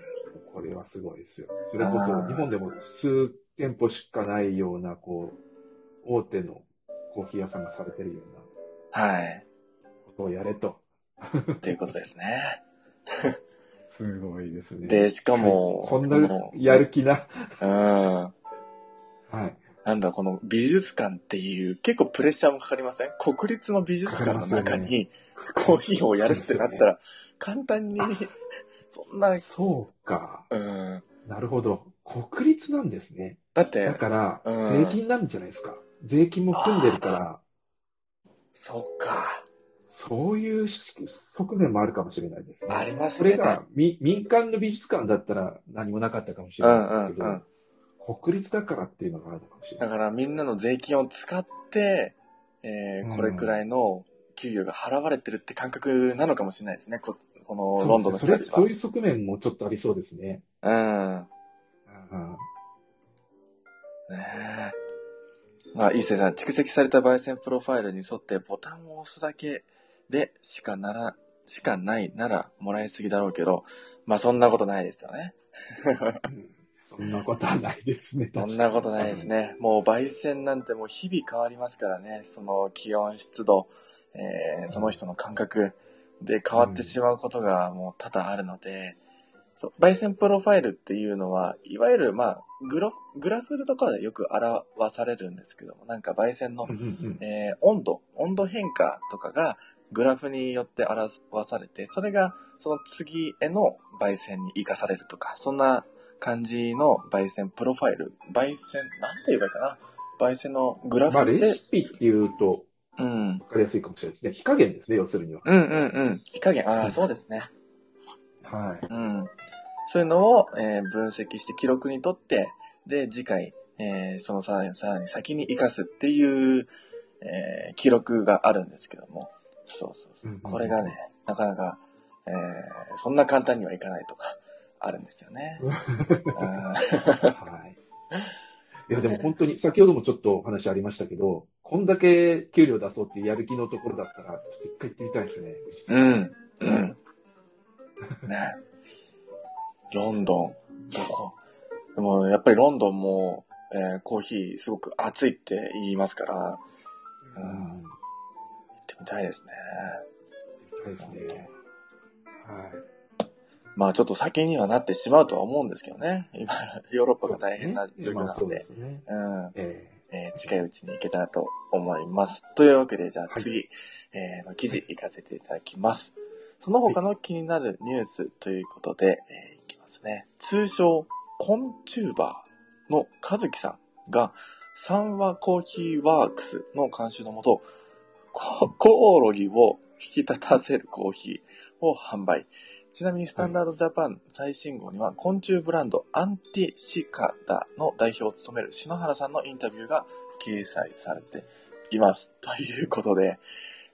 Speaker 2: これはすごいですよ。それこ
Speaker 1: あ
Speaker 2: そ
Speaker 1: ー
Speaker 2: 日本でも数店舗しかないような、こう、大手のコーヒー屋さんがされてるような
Speaker 1: はい。
Speaker 2: ことをやれと。
Speaker 1: ということですね。
Speaker 2: すごいですね。
Speaker 1: で、しかも、
Speaker 2: こん
Speaker 1: こ
Speaker 2: な
Speaker 1: の
Speaker 2: やる気な。
Speaker 1: うん。な
Speaker 2: はい。
Speaker 1: んだ、この美術館っていう、結構プレッシャーもかかりません国立の美術館の中に、 コーヒーをやるってなったら、簡単に、そんな、
Speaker 2: そうか。
Speaker 1: うん。
Speaker 2: なるほど。国立なんですね。
Speaker 1: だって
Speaker 2: だ、から、
Speaker 1: うん
Speaker 2: 税金なんじゃないですか。税金も含んでるから、
Speaker 1: そっか。
Speaker 2: そういう側面もあるかもしれないですね。
Speaker 1: あります
Speaker 2: そ
Speaker 1: ね。
Speaker 2: れがみ民間の美術館だったら何もなかったかもしれないですけど、
Speaker 1: うんうん
Speaker 2: 国立だからっていうのがあるのかもしれな
Speaker 1: だ
Speaker 2: い。
Speaker 1: からみんなの税金を使って、えーこれくらいの給与が払われてるって感覚なのかもしれないですね。ここのロンドンの人
Speaker 2: そう
Speaker 1: た
Speaker 2: です
Speaker 1: ち
Speaker 2: ね
Speaker 1: は
Speaker 2: それそういう側面もちょっとありそうですね。。
Speaker 1: うん。
Speaker 2: あ
Speaker 1: ねえ。まあ、いいせいさん、蓄積された焙煎プロファイルに沿ってボタンを押すだけでしかなら、しかないならもらいすぎだろうけど、まあそんなことないですよね。
Speaker 2: ーうんそんなことはないですね。
Speaker 1: そんなことないですね。もう焙煎なんてもう日々変わりますからね。その気温、湿度、えーその人の感覚で変わってしまうことがもう多々あるので、そう、焙煎プロファイルっていうのは、いわゆるまあ、グラフ、グラフとかでよく表されるんですけども、なんか焙煎の
Speaker 2: 確かに。うん
Speaker 1: えー温度、温度変化とかがグラフによって表されて、それがその次への焙煎に生かされるとか、そんな感じの焙煎プロファイル、焙煎、なんて言えばいいかな焙煎のグ
Speaker 2: う
Speaker 1: ラ
Speaker 2: んまあ、
Speaker 1: フ
Speaker 2: レ
Speaker 1: で、
Speaker 2: シピっていうと
Speaker 1: うん。
Speaker 2: 分かりやすいかもしれないですね。火加減ですね、要するには。
Speaker 1: うんうんうん。火加減、ああ、そうですね。
Speaker 2: はい。
Speaker 1: うん。そういうのを、えー分析して記録にとって、で、次回、えーそのさらにさらに先に生かすっていう、えー記録があるんですけども。そうそうそう
Speaker 2: うんうん。
Speaker 1: これがね、なかなか、えーそんな簡単にはいかないとか、あるんですよ ね。
Speaker 2: はい。いや、でも本当に、先ほどもちょっとお話ありましたけど、こんだけ給料出そうっていうやる気のところだったら、ちょっと一回行ってみたいですね。
Speaker 1: うんうん。うん。ね。ロンドン。どこでも、やっぱりロンドンも、えーコーヒーすごく熱いって言いますから、行
Speaker 2: うん。
Speaker 1: ってみたいですね。
Speaker 2: 行ってみたいですね。はい。
Speaker 1: まあちょっと先にはなってしまうとは思うんですけどね。今、ヨーロッパが大変な状況な
Speaker 2: そ
Speaker 1: の
Speaker 2: うで
Speaker 1: で。
Speaker 2: すね。
Speaker 1: うん。え
Speaker 2: え
Speaker 1: ー近いうちに行けたらと思います。というわけで、じゃあ
Speaker 2: はい
Speaker 1: 次、えーの記事行かせていただきます。その他の気になるニュースということで、えーいきますね。通称、コンチューバーの和樹さんが、三和コーヒーワークスの監修のもと、ココオロギを引き立たせるコーヒーを販売。ちなみにスタンダードジャパン最新号には、昆虫ブランドアンティシカダの代表を務める篠原さんのインタビューが掲載されています。ということで、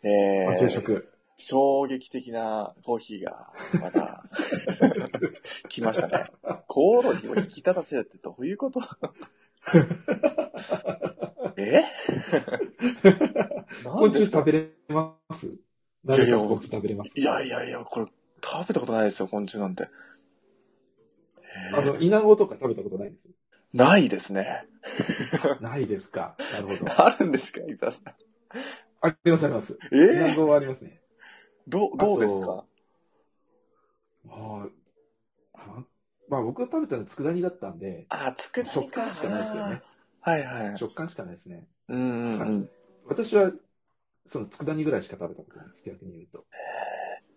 Speaker 1: え
Speaker 2: え
Speaker 1: ー
Speaker 2: あ昼食。
Speaker 1: 衝撃的なコーヒーが、また、 来ましたね。コオロギを引き立たせるってどういうこと え
Speaker 2: 昆
Speaker 1: 何で
Speaker 2: 虫
Speaker 1: すか
Speaker 2: 食べれます
Speaker 1: やいや
Speaker 2: 誰か昆虫食べれます
Speaker 1: いやいやいや、これ、食べたことないですよ、昆虫なんて。
Speaker 2: あの、イナゴとか食べたことないで
Speaker 1: ないですね。
Speaker 2: す。ないですか。なる ほど。
Speaker 1: あるんですか、伊沢さん。
Speaker 2: ありますあります。
Speaker 1: え
Speaker 2: イナ
Speaker 1: え
Speaker 2: ゴはありますね。
Speaker 1: どう、どうですか
Speaker 2: ああ、まあ僕が食べたのは佃煮だったんで、
Speaker 1: あ、つくだ
Speaker 2: 食
Speaker 1: 煮か。
Speaker 2: 感しかないですよね。
Speaker 1: はいはい。
Speaker 2: 食感しかないですね。
Speaker 1: うんうんうん。
Speaker 2: 私は、その佃煮ぐらいしか食べたことないです、逆に言うと。
Speaker 1: えー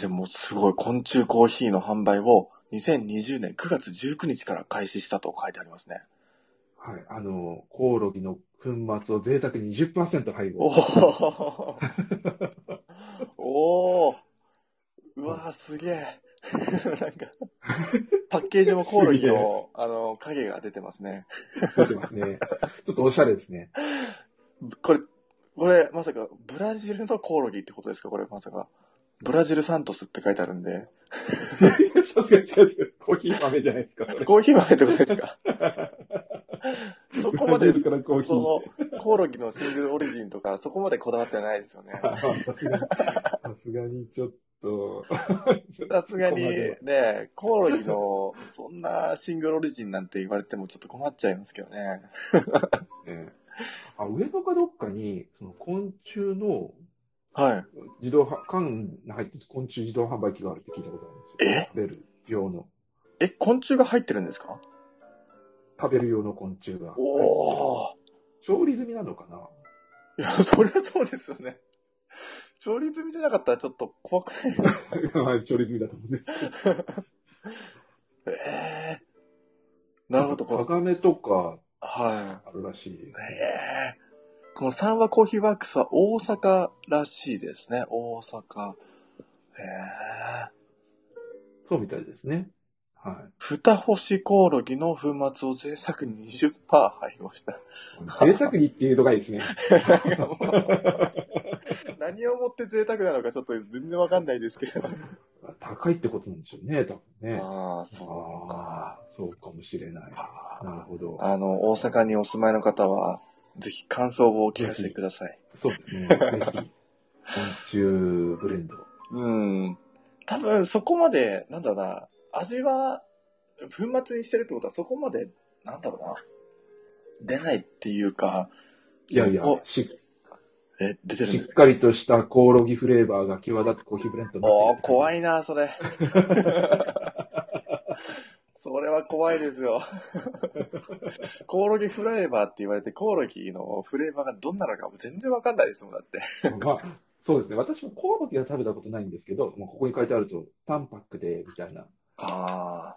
Speaker 1: でもすごい、昆虫コーヒーの販売を2020年9月19日から開始したと書いてありますね。
Speaker 2: はい。あの、コオロギの粉末を贅沢に20%配
Speaker 1: お
Speaker 2: 合。
Speaker 1: おおおうわー、すげえ。 なんか、パッケージもコオロギの、あの、影が出てますね。
Speaker 2: 出てますね。ちょっとおしゃれです ね。
Speaker 1: これ、これ、まさか、ブラジルのコオロギってことですかこれ、まさか。ブラジルサントスって書いてあるんで。
Speaker 2: さすがに違うコーヒー豆じゃないですか、それ。
Speaker 1: コーヒー豆ってことですかそこま
Speaker 2: ブラ
Speaker 1: で
Speaker 2: ジルからコーヒー。
Speaker 1: その、コオロギのシングルオリジンとか、そこまでこだわってないですよね。
Speaker 2: あさすがに、さすがにちょっと。
Speaker 1: さすがに
Speaker 2: ここまで、
Speaker 1: ね、コオロギの、そんなシングルオリジンなんて言われてもちょっと困っちゃいますけどね。
Speaker 2: ねあ上野かどっかに、その昆虫の
Speaker 1: はい。
Speaker 2: 自動は、缶に入ってる昆虫自動販売機があるって聞いたことあるんですよ。
Speaker 1: え
Speaker 2: 食べる用の、
Speaker 1: え、昆虫が入ってるんですか
Speaker 2: 食べる用の昆虫が。
Speaker 1: おお。
Speaker 2: 調理済みなのかな
Speaker 1: や、
Speaker 2: い
Speaker 1: そりゃそうですよね。調理済みじゃなかったらちょっと怖くない ですか
Speaker 2: まあ調理済みだと思うんですけど。
Speaker 1: ええなるほど、こ
Speaker 2: カ
Speaker 1: の、
Speaker 2: ガメとか
Speaker 1: はい。
Speaker 2: あるらしいです。
Speaker 1: ええこの三和コーヒーワークスは大阪らしいですね。大阪。ええ
Speaker 2: そうみたいですね。 は
Speaker 1: 二星コオロギの粉末を贅沢に20%入りました。
Speaker 2: い。贅沢にっていうのがいいですね。
Speaker 1: なんかもう何をもって贅沢なのかちょっと全然わかんないですけど。
Speaker 2: あ高いってことなんでしょうね、多分ね。
Speaker 1: ああ、そうなのか。
Speaker 2: あーそうかもしれない。なるほど。
Speaker 1: あの、大阪にお住まいの方は、ぜひ感想をお聞かせください。
Speaker 2: そうですね。ぜひ、昆虫ブレンド。
Speaker 1: うん。多分そこまで、なんだろうな、味は、粉末にしてるってことはそこまで、なんだろうな、出ないっていうか、
Speaker 2: いやいや
Speaker 1: お、
Speaker 2: し
Speaker 1: え、出てるん
Speaker 2: し
Speaker 1: で
Speaker 2: っ
Speaker 1: すか
Speaker 2: かりとしたコオロギフレーバーが際立つコーヒーブレンドになっている
Speaker 1: おー、怖
Speaker 2: い。
Speaker 1: いな、それ。それは怖いですよ。コオロギフレーバーって言われて、コオロギのフレーバーがどんなのかも全然わかんないですもん、だって。
Speaker 2: まあ、そうですね。私もコオロギは食べたことないんですけど、まあ、ここに書いてあると、タンパクで、みたいな、
Speaker 1: ああ。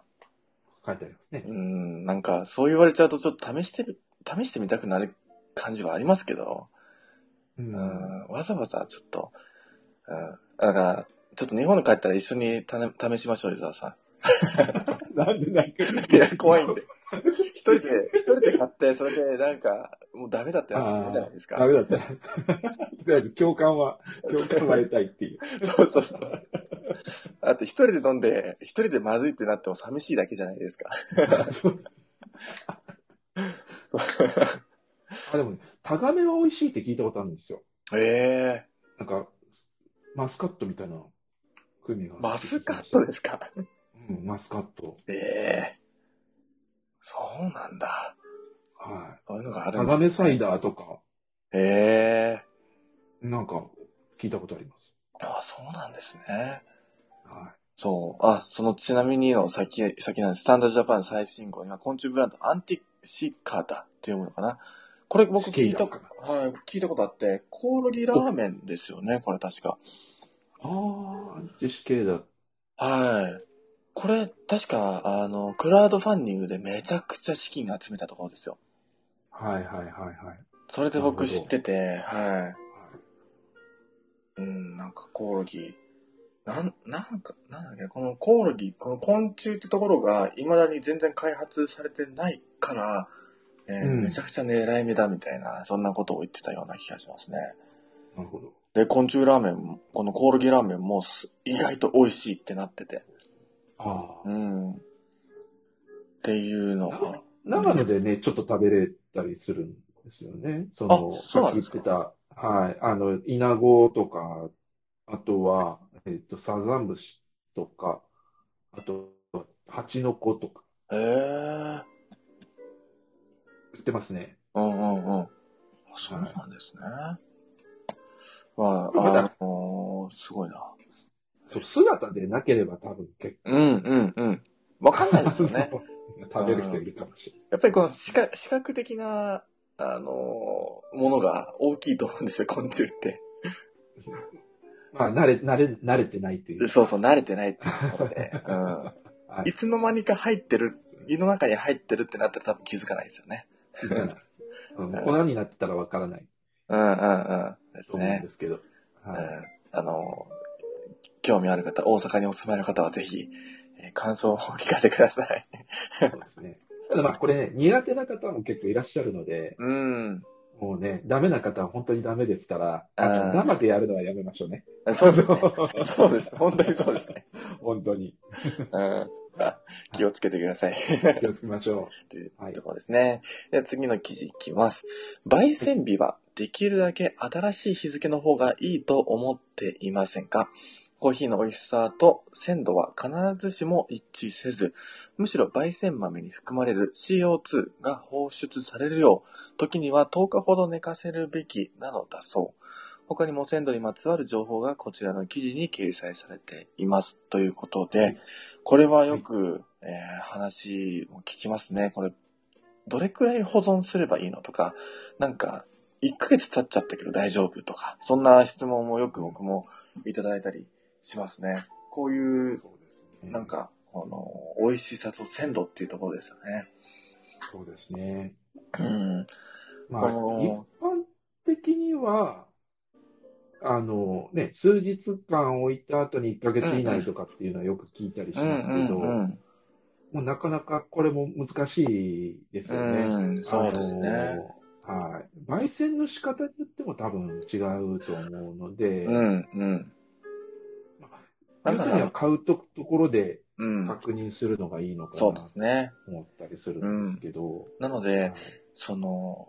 Speaker 2: 書いてありますね。
Speaker 1: うん、なんか、そう言われちゃうと、ちょっと試してる、試してみたくなる感じはありますけど、
Speaker 2: う。
Speaker 1: うんん、わざわざちょっと、うん、なんか、ちょっと日本に帰ったら一緒にたね試しましょう、伊沢さ
Speaker 2: なんでなんか、
Speaker 1: ん。いや、怖いんで。一人で、一人で買って、それでなんか、もうダメだってなってくるじゃないですか
Speaker 2: ダ。メだった。とりあえず共感は、共感は得たいっていう。
Speaker 1: そうそう そう。だって一人で飲んで、一人でまずいってなっても寂しいだけじゃないですか。そう。
Speaker 2: あでもね、タガメは美味しいって聞いたことあるんですよ。
Speaker 1: ええ
Speaker 2: なんか、マスカットみたいな組が。
Speaker 1: マスカットですか。
Speaker 2: うん、マスカット。
Speaker 1: ええそうなんだ。
Speaker 2: は
Speaker 1: そういうのがあ
Speaker 2: い。
Speaker 1: る
Speaker 2: タ
Speaker 1: んで
Speaker 2: ガ
Speaker 1: す
Speaker 2: メサイダーとか、
Speaker 1: ええ
Speaker 2: なんか、聞いたことあります。
Speaker 1: あ、そうなんですね。
Speaker 2: は
Speaker 1: そう。あ、そのちなみにの先、先なんです。スタンダードジャパン最新号、今、昆虫ブランド、アンティシカダって読むのかな。これ僕聞いた、
Speaker 2: シケ
Speaker 1: は
Speaker 2: イダ
Speaker 1: い、聞いたことあって、コオロギラーメンですよね、これ確か。
Speaker 2: い。ああ、アンチシケイダー。
Speaker 1: はい。これ、確か、あの、クラウドファンディングでめちゃくちゃ資金集めたところですよ。
Speaker 2: はいはいはいはい。
Speaker 1: それで
Speaker 2: な
Speaker 1: 僕
Speaker 2: るほど
Speaker 1: 知ってて、はい。うん、なんかコオロギ。なん、なんか、なんだっけ、このコオロギ、この昆虫ってところが、未だに全然開発されてないから、えー
Speaker 2: うん
Speaker 1: めちゃくちゃ狙い目だみたいな、そんなことを言ってたような気がしますね。
Speaker 2: なるほど。
Speaker 1: で、昆虫ラーメンも、このコオロギラーメンもす意外と美味しいってなってて。
Speaker 2: あ
Speaker 1: う
Speaker 2: あ。
Speaker 1: ん。っていうのが。
Speaker 2: 長野でね、ちょっと食べれたりするんですよね。その、
Speaker 1: あそう
Speaker 2: さ
Speaker 1: な
Speaker 2: っ
Speaker 1: んで
Speaker 2: き言
Speaker 1: す
Speaker 2: っ
Speaker 1: か
Speaker 2: てた、はい、あの、イナゴとか、あとは、えっ、と、サザンムシとか、あと、ハチノコとか、
Speaker 1: へえ。
Speaker 2: 売ってますね。
Speaker 1: うんうんうん。あそうなんですね。ま
Speaker 2: ま
Speaker 1: あ、
Speaker 2: だ
Speaker 1: あのーすごいな。
Speaker 2: そう、姿でなければ多分結
Speaker 1: うんうんうん。わかんないですよ ね。
Speaker 2: 構、 食べる人いるかもしれない。
Speaker 1: やっぱりこの視覚視覚的な、あのーものが大きいと思うんですよ、昆虫って。
Speaker 2: まあ、慣れ、慣れ、慣れてないという。
Speaker 1: そうそう、慣れてないっていうところで。 うん。
Speaker 2: はいい。
Speaker 1: つの間にか入ってる、胃の中に入ってるってなったら多分気づかないですよね。
Speaker 2: みたいなうん粉になってたらわからない
Speaker 1: うんうんうん。で
Speaker 2: と
Speaker 1: す
Speaker 2: 思うん
Speaker 1: ね
Speaker 2: で。すけど。
Speaker 1: う
Speaker 2: はい。
Speaker 1: んあの、興味ある方、大阪にお住まいの方はぜひ、えー感想をお聞かせください。
Speaker 2: そうですね。ただまあ、これね、苦手な方も結構いらっしゃるので、
Speaker 1: うん。
Speaker 2: もうね、ダメな方は本当にダメですから、あ
Speaker 1: あー
Speaker 2: の生でやるのはやめましょうね。
Speaker 1: そうです ね。そうです。本当にそうですね。
Speaker 2: 本当に。
Speaker 1: うん。あ気をつけてくだ さい。
Speaker 2: 気をつけましょ
Speaker 1: って
Speaker 2: う。はい
Speaker 1: と。ころですね。では次の記事いきます。焙煎日はできるだけ新しい日付の方がいいと思っていませんかコーヒーの美味しさと鮮度は必ずしも一致せず、むしろ焙煎豆に含まれる CO2 が放出されるよう、時には10日ほど寝かせるべきなのだそう。他にも鮮度にまつわる情報がこちらの記事に掲載されています。ということで、これはよく、えー話を聞きますね。これ、どれくらい保存すればいいのとか、なんか、1ヶ月経っちゃったけど大丈夫とか、そんな質問もよく僕もいただいたりしますね。こういう、
Speaker 2: そうですね
Speaker 1: なん、か、この、美味しさと鮮度っていうところですよね。
Speaker 2: そうですね。
Speaker 1: うん。
Speaker 2: まあ、
Speaker 1: あ
Speaker 2: 一
Speaker 1: の
Speaker 2: 般的には、あのね、数日間置いた後に1ヶ月以内とかっていうのはよく聞いたりし
Speaker 1: うん
Speaker 2: ますけど、
Speaker 1: うんうん。
Speaker 2: もうなかなかこれも難しいですよね。
Speaker 1: うん、そうですね。
Speaker 2: あのはい。焙煎の仕方によっても多分違うと思うので、
Speaker 1: うんうん。だ
Speaker 2: 要
Speaker 1: か
Speaker 2: するに
Speaker 1: ら
Speaker 2: は、買うとところで
Speaker 1: うん。
Speaker 2: 確認するのがいいのか
Speaker 1: そう
Speaker 2: な
Speaker 1: で
Speaker 2: と
Speaker 1: すね。
Speaker 2: 思ったりするんですけど。
Speaker 1: なの
Speaker 2: はい
Speaker 1: で、その、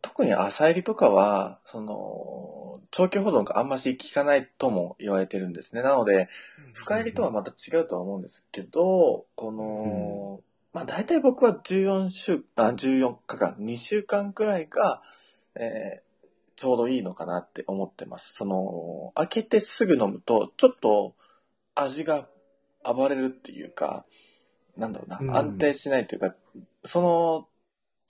Speaker 1: 特に朝入りとかは、その、長期保存があんまし効かないとも言われてるんですね。なので、深入りとはまた違うとは思うんですけど、この、まあ大体僕は14週、あ、14日間、2週間くらいが、えーちょうどいいのかなって思ってます。その、開けてすぐ飲むと、ちょっと味が暴れるっていうか、なんだろう
Speaker 2: うん
Speaker 1: な、安定しないというか、その、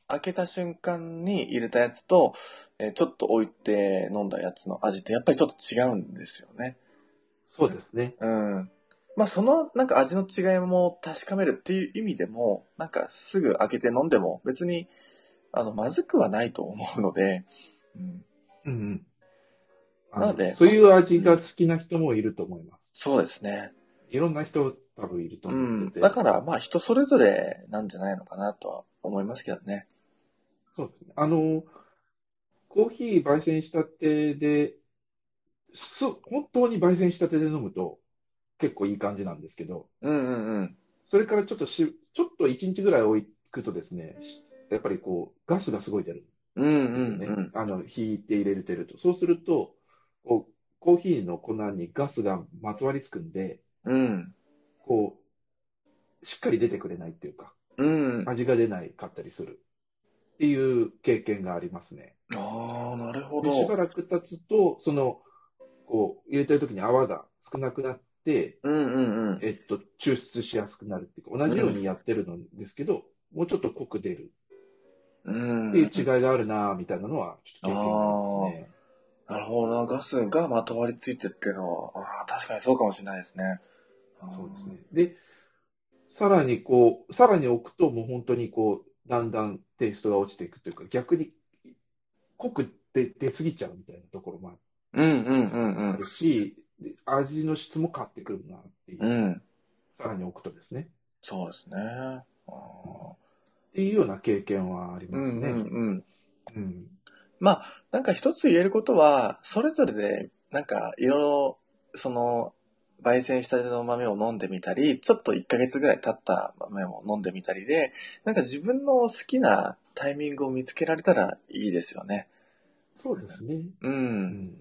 Speaker 1: 開けた瞬間に入れたやつと、えーちょっと置いて飲んだやつの味ってやっぱりちょっと違うんですよね。
Speaker 2: そうですね。
Speaker 1: うん。まあ、その、なんか味の違いも確かめるっていう意味でも、なんかすぐ開けて飲んでも別に、あの、まずくはないと思うので、うん、
Speaker 2: うんうんあ
Speaker 1: なので
Speaker 2: そういう味が好きな人もいると思います。
Speaker 1: そうですね。
Speaker 2: いろんな人多分いると
Speaker 1: う
Speaker 2: 思っ
Speaker 1: ん。
Speaker 2: てて。
Speaker 1: だから、まあ、人それぞれなんじゃないのかなとは思いますけどね。
Speaker 2: そうですね。あの、コーヒー焙煎したてで、す、本当に焙煎したてで飲むと結構いい感じなんですけど、
Speaker 1: うんうんうん。
Speaker 2: それからちょっとし、ちょっと1日ぐらい置くとですね、しやっぱりこう、ガスがすごい出る
Speaker 1: うん
Speaker 2: ん
Speaker 1: う
Speaker 2: で
Speaker 1: ん
Speaker 2: すよね。
Speaker 1: うん。
Speaker 2: あの、引いて入れるてると。そうすると、こう、コーヒーの粉にガスがまとわりつくんで、
Speaker 1: うん。
Speaker 2: こう、しっかり出てくれないっていうか、
Speaker 1: うん。あ
Speaker 2: 味が出ないかったりするっていう経験がありますね。
Speaker 1: あー、なるほ
Speaker 2: で、し
Speaker 1: ど。
Speaker 2: ばらく経つと、その、こう、入れてる時に泡が少なくなって、
Speaker 1: うんうんうん。
Speaker 2: えっと、抽出しやすくなるっていうか、同じようにやってるんですけど、もうちょっと濃く出る
Speaker 1: うん。
Speaker 2: っていう違いがあるなぁみたいなのは、ちょっと経験がありますね。
Speaker 1: なるほどな。ガスがまとわりついてっていうのは、ああ、確かにそうかもしれないですね。
Speaker 2: そうですね。で、さらにこう、さらに置くと、もう本当にこう、だんだんテイストが落ちていくというか、逆に濃く出出すぎちゃうみたいなところも
Speaker 1: うんうんうんう
Speaker 2: あ
Speaker 1: ん。
Speaker 2: るし、で味の質も変わってくるなっていう、
Speaker 1: うん。
Speaker 2: さらに置くとですね。
Speaker 1: そうですね。あー
Speaker 2: っていうような経験はあり
Speaker 1: う
Speaker 2: ま
Speaker 1: ん
Speaker 2: す
Speaker 1: う
Speaker 2: ね。
Speaker 1: んうん。
Speaker 2: うん。
Speaker 1: まあ、なんか一つ言えることは、それぞれで、なんかいろいろ、その、焙煎したての豆を飲んでみたり、ちょっと1ヶ月ぐらい経った豆を飲んでみたりで、なんか自分の好きなタイミングを見つけられたらいいですよね。
Speaker 2: そうですね。
Speaker 1: う。
Speaker 2: うんん。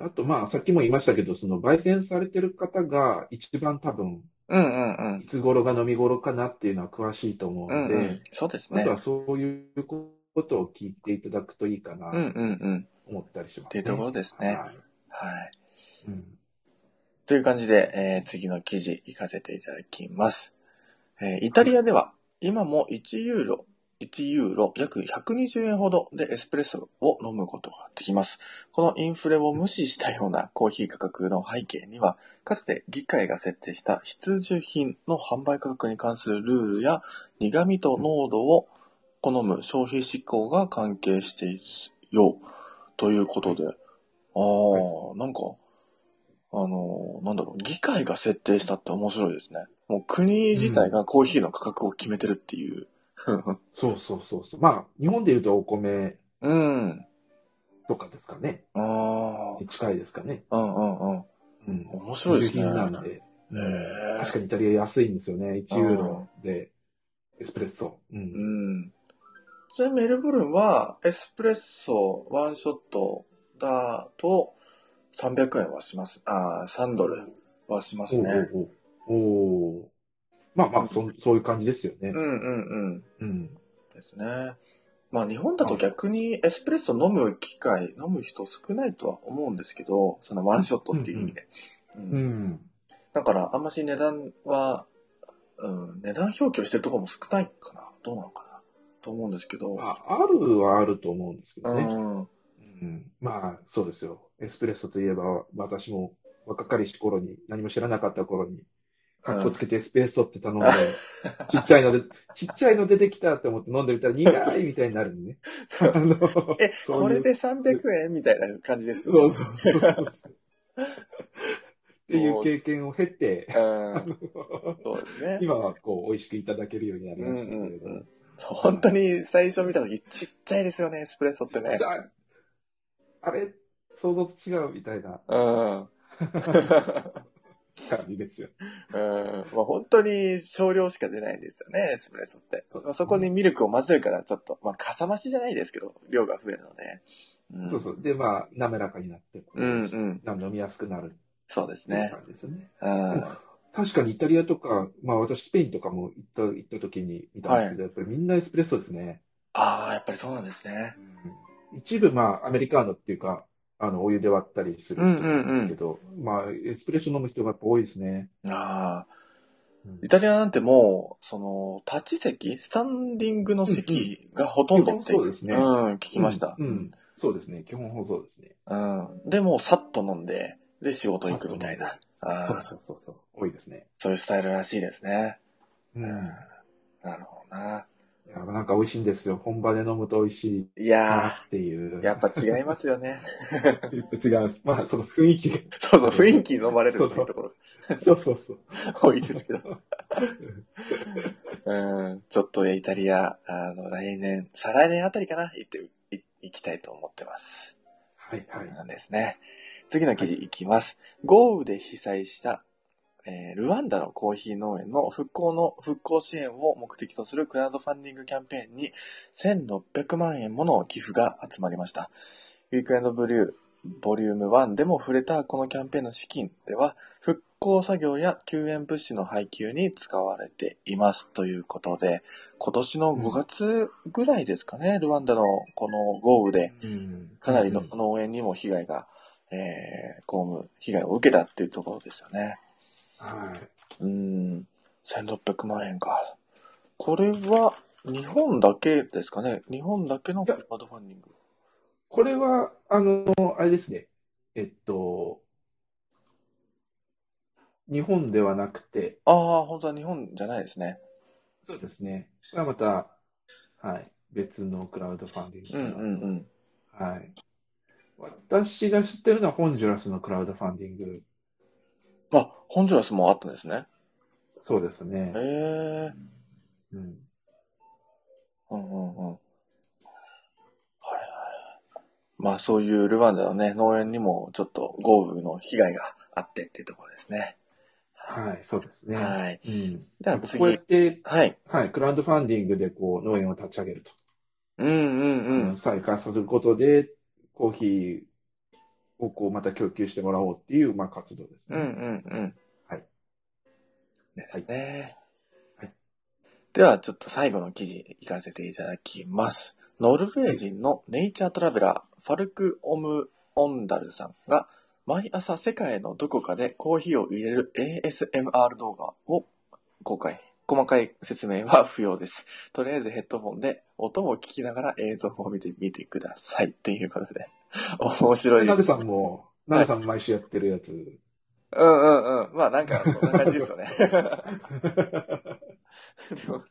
Speaker 2: あと、まあ、さっきも言いましたけど、その、焙煎されてる方が一番多分、
Speaker 1: うんうんうん
Speaker 2: い。つ頃が飲み頃かなっていうのは詳しいと思う
Speaker 1: うんう
Speaker 2: ので
Speaker 1: ん。、そうです
Speaker 2: ま
Speaker 1: ね
Speaker 2: ず。はそういうことを聞いていただくといいかな
Speaker 1: うん
Speaker 2: と
Speaker 1: うんうん。
Speaker 2: 思ったりしま
Speaker 1: ってい
Speaker 2: す
Speaker 1: うところ
Speaker 2: ね。
Speaker 1: ですね。
Speaker 2: はい。
Speaker 1: はい。
Speaker 2: うん
Speaker 1: という感じで、えー次の記事行かせていただきます。えーイタリアでは今も1ユーロ、1ユーロ約120円ほどでエスプレッソを飲むことができます。このインフレを無視したようなコーヒー価格の背景には、かつて議会が設定した必需品の販売価格に関するルールや苦味と濃度を好む消費志向が関係しているようということで、ああ、なんか、あのーなんだろう、議会が設定したって面白いですね。もう国自体がコーヒーの価格を決めてるっていう。
Speaker 2: そうそうそうそう。まあ、日本で言うとお米
Speaker 1: うん。あ
Speaker 2: とかですかね。
Speaker 1: あー、
Speaker 2: に近いですかね。
Speaker 1: うんうんうん。
Speaker 2: うん。
Speaker 1: 面白いですね。
Speaker 2: 輸入品なん
Speaker 1: へ
Speaker 2: で。うん
Speaker 1: え
Speaker 2: 確かにイタリア安いんですよね。1ユーロでエスプレッソ。う。
Speaker 1: うんん。ちなみにメルブルンはエスプレッソワンショットだと300円はします。ああ、3ドルはします
Speaker 2: おう
Speaker 1: ね。
Speaker 2: おうおうおうまあまあそ、そういう感じですよね
Speaker 1: う。んうんうん。
Speaker 2: うん。
Speaker 1: ですね。まあ日本だと逆にエスプレッソ飲む機会、飲む人少ないとは思うんですけど、そのワンショットっていう意味で。うん
Speaker 2: うん。
Speaker 1: だからあんまし値段は、うん、値段表記をしてるところも少ないかな。どうなのかな。と思うんですけど。
Speaker 2: まあ、あるはあると思うんですけど
Speaker 1: う
Speaker 2: ね。
Speaker 1: ん。うん
Speaker 2: うん。まあ、そうですよ。エスプレッソといえば、私も若かりし頃に、何も知らなかった頃に、かっこつけてエスプレッソって頼んで、ちっちゃいので、ちっちゃいの出てきたって思って飲んでみたら苦いみたいになるんでね。
Speaker 1: そう
Speaker 2: あの、
Speaker 1: え、
Speaker 2: そういう
Speaker 1: これで300円みたいな感じです
Speaker 2: そ
Speaker 1: よ
Speaker 2: う
Speaker 1: ね。
Speaker 2: そうそうそう。っていう経験を経て、
Speaker 1: うん。そうですね。
Speaker 2: 今はこう、美味しくいただけるようになり
Speaker 1: うん
Speaker 2: ま
Speaker 1: う
Speaker 2: したけ
Speaker 1: んう
Speaker 2: れども
Speaker 1: ん。。そう本当に最初見た時ちっちゃいですよね、エスプレッソってね
Speaker 2: じ。ゃあ、あれ、想像と違うみたいな。
Speaker 1: うん。
Speaker 2: 感じですよ。
Speaker 1: うん。まあ本当に少量しか出ないんですよね、エスプレッソって。まあそこにミルクを混ぜるからちょっと、まあかさ増しじゃないですけど、量が増えるので。うん、
Speaker 2: そうそう。で、まあ、滑らかになって、
Speaker 1: うんうん。
Speaker 2: あ飲みやすくなる
Speaker 1: そうです
Speaker 2: っていう
Speaker 1: ね。
Speaker 2: 感じですよね。
Speaker 1: うん。
Speaker 2: 確かにイタリアとか、まあ私スペインとかも行った、行った時に見たんですけど、やっぱりみんなエスプレッソですね。
Speaker 1: ああ、やっぱりそうなんですね。
Speaker 2: 一部まあアメリカーノっていうか、あの、お湯で割ったりする人なんですけど、まあエスプレッソ飲む人がやっぱ多いですね。
Speaker 1: ああ。
Speaker 2: うん
Speaker 1: イタリアなんてもう、その、立ち席スタンディングの席がほとんどってい
Speaker 2: 基本そうですね
Speaker 1: うん、聞きました。
Speaker 2: うん。うんそうですね。基本放送ですね。
Speaker 1: うん。で、もうさっと飲んで、で、仕事行くみたいな。あ
Speaker 2: そう
Speaker 1: あ
Speaker 2: そうそうそう。多いですね。
Speaker 1: そういうスタイルらしいですね。
Speaker 2: う。
Speaker 1: うん
Speaker 2: い
Speaker 1: なるほどな。
Speaker 2: やなんか美味しいんですよ。本場で飲むと美味しい
Speaker 1: い
Speaker 2: な
Speaker 1: や
Speaker 2: っていう。
Speaker 1: ー、やっぱ違いますよね。
Speaker 2: 違います。まあ、その雰囲気が。
Speaker 1: そうそう、雰囲気に飲まれるっていうところ
Speaker 2: そうそうそう。
Speaker 1: 多いですけど。うん、ちょっとイタリア、あの、来年、再来年あたりかな、行って、い行きたいと思ってます。
Speaker 2: はいはい。
Speaker 1: なんですね。次の記事いきます。豪雨で被災した、えールワンダのコーヒー農園の復興の復興支援を目的とするクラウドファンディングキャンペーンに1600万円もの寄付が集まりました。ウィークエンドブリューボリューム1でも触れたこのキャンペーンの資金では復興作業や救援物資の配給に使われていますということで今年の5月ぐらいですかね、ルワンダのこの豪雨で
Speaker 2: うん
Speaker 1: かなりの、
Speaker 2: うん
Speaker 1: 農園にも被害が、えー、公務、被害を受けたっていうところですよね。
Speaker 2: はい。
Speaker 1: うーん、1600万円か。これは、日本だけですかね日本だけのクラウドファンディング。
Speaker 2: これは、あの、あれですね。えっと、日本ではなくて、
Speaker 1: ああ、本当は日本じゃないですね。
Speaker 2: そうですね。これはまた、はい。別のクラウドファンディング
Speaker 1: うん
Speaker 2: かな。
Speaker 1: うんうん。
Speaker 2: はい。私が知ってるのはホンジュラスのクラウドファンディング。
Speaker 1: あ、ホンジュラスもあったんですね。
Speaker 2: そうですね
Speaker 1: ええ。ー。
Speaker 2: うん。
Speaker 1: うんうんうん。はいはい。まあそういうルワンダのね、農園にもちょっと豪雨の被害があってっていうところですね。
Speaker 2: はい、そうですね。
Speaker 1: はい。
Speaker 2: うん。
Speaker 1: では
Speaker 2: こう
Speaker 1: 次
Speaker 2: やっ。て、
Speaker 1: はい。
Speaker 2: はい、クラウドファンディングでこう農園を立ち上げると。
Speaker 1: うんうんう
Speaker 2: あの
Speaker 1: ん。
Speaker 2: 再開させることで、コーヒーをこうまた供給してもらおうっていう、まあ、活動です
Speaker 1: うん
Speaker 2: ね。
Speaker 1: うんうん。
Speaker 2: はい。
Speaker 1: ですね。
Speaker 2: はい
Speaker 1: では、ちょっと最後の記事行かせていただきます。ノルウェー人のネイチャートラベラー、ファルク・オム・オンダルさんが、毎朝世界のどこかでコーヒーを入れる ASMR 動画を公開。細かい説明は不要です。とりあえずヘッドホンで音も聞きながら映像を見てみてください。っていうことで。面白い
Speaker 2: な
Speaker 1: で
Speaker 2: べ
Speaker 1: す
Speaker 2: さ。んも、なべさんも毎週やってるや つ。
Speaker 1: うんうんうん。まあなんか、そんな感じですよね。 でも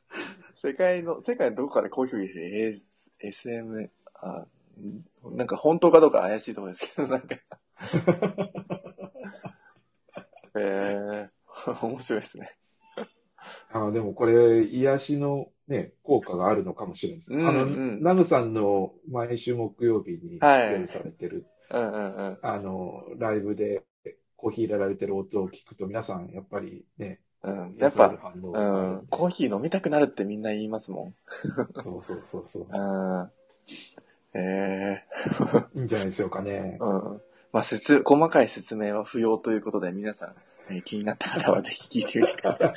Speaker 1: 世界の、世界のどこかでコーヒーを入れる AS SM、あ、んなんか本当かどうか怪しいところですけど、なんか。えー、面白いですね。
Speaker 2: あのでもこれ、癒しの、ね、効果があるのかもしれないです。
Speaker 1: うん
Speaker 2: あの、
Speaker 1: うん
Speaker 2: ナムさんの毎週木曜日に
Speaker 1: はい
Speaker 2: 用意されてる、
Speaker 1: うんうんうん。
Speaker 2: あの、ライブでコーヒー入れられてる音を聞くと、皆さん、やっぱりね、
Speaker 1: うん、や
Speaker 2: 癒
Speaker 1: っ
Speaker 2: される
Speaker 1: ぱ、
Speaker 2: 反応
Speaker 1: う
Speaker 2: があ
Speaker 1: ん、コーヒー飲みたくなるってみんな言いますもん。
Speaker 2: る。そうそうそうそう。
Speaker 1: うん。え
Speaker 2: いいんじゃないでしょうかね
Speaker 1: ー、。うん。まあ、説、細かい説明は不要ということで、皆さん、えー気になった方はぜひ聞いてみてください。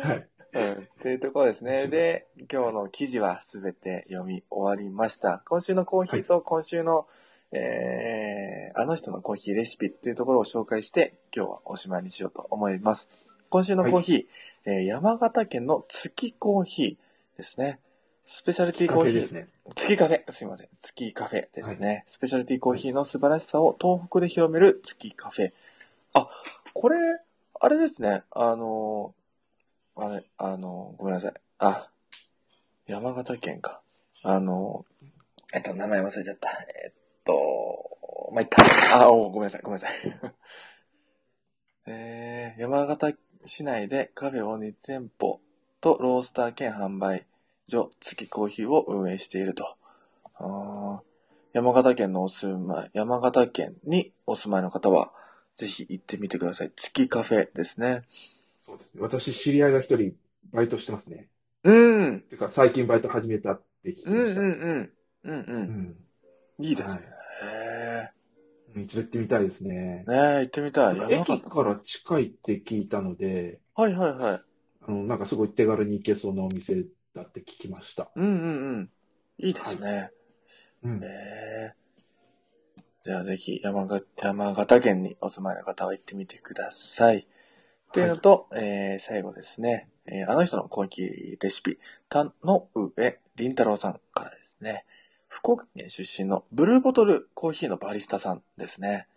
Speaker 2: はい。
Speaker 1: うんというところですね。で、今日の記事はすべて読み終わりました。今週のコーヒーと今週の、えー、あの人のコーヒーレシピっていうところを紹介して、今日はおしまいにしようと思います。今週のコーヒー、えー山形県の月コーヒーですね。スペシャルティーコーヒー。
Speaker 2: ね。
Speaker 1: 月カフェ、すいません。月カフェですね。スペシャルティーコーヒーの素晴らしさを東北で広める月カフェ。あ、これ、あれですね。あのー、あれ、あのー、ごめんなさい。あ、山形県か。あのー、えっと、名前忘れちゃった。えっと、まあ、いっか。あ、おごめんなさい、ごめんなさい。 えー、山形市内でカフェを2店舗とロースター兼販売所月コーヒーを運営していると。あー山形県のお住まい、山形県にお住まいの方は、ぜひ行ってみてください。月カフェですね。
Speaker 2: そうですね。私、知り合いが一人バイトしてますね。
Speaker 1: うん。
Speaker 2: てか、最近バイト始めたって聞き
Speaker 1: うん
Speaker 2: ま
Speaker 1: う
Speaker 2: し
Speaker 1: ん
Speaker 2: た。
Speaker 1: うん。うんう。
Speaker 2: うんん
Speaker 1: いいですね。へ
Speaker 2: うん一度行ってみたいですね。
Speaker 1: え。ねえ、行ってみたい。やばかっ
Speaker 2: 駅
Speaker 1: た。
Speaker 2: から近いって聞いたので、
Speaker 1: はいはいはい。
Speaker 2: あの、なんかすごい手軽に行けそうなお店だって聞きました。
Speaker 1: うんうんうん。いいですね。
Speaker 2: うん
Speaker 1: へ。え。じゃあぜひ山が、山形県にお住まいの方は行ってみてください。っていうのと、えー、最後ですね。えー、あの人の攻撃レシピ、田の上林太郎さんからですね。福岡県出身のブルーボトルコーヒーのバリスタさんですね。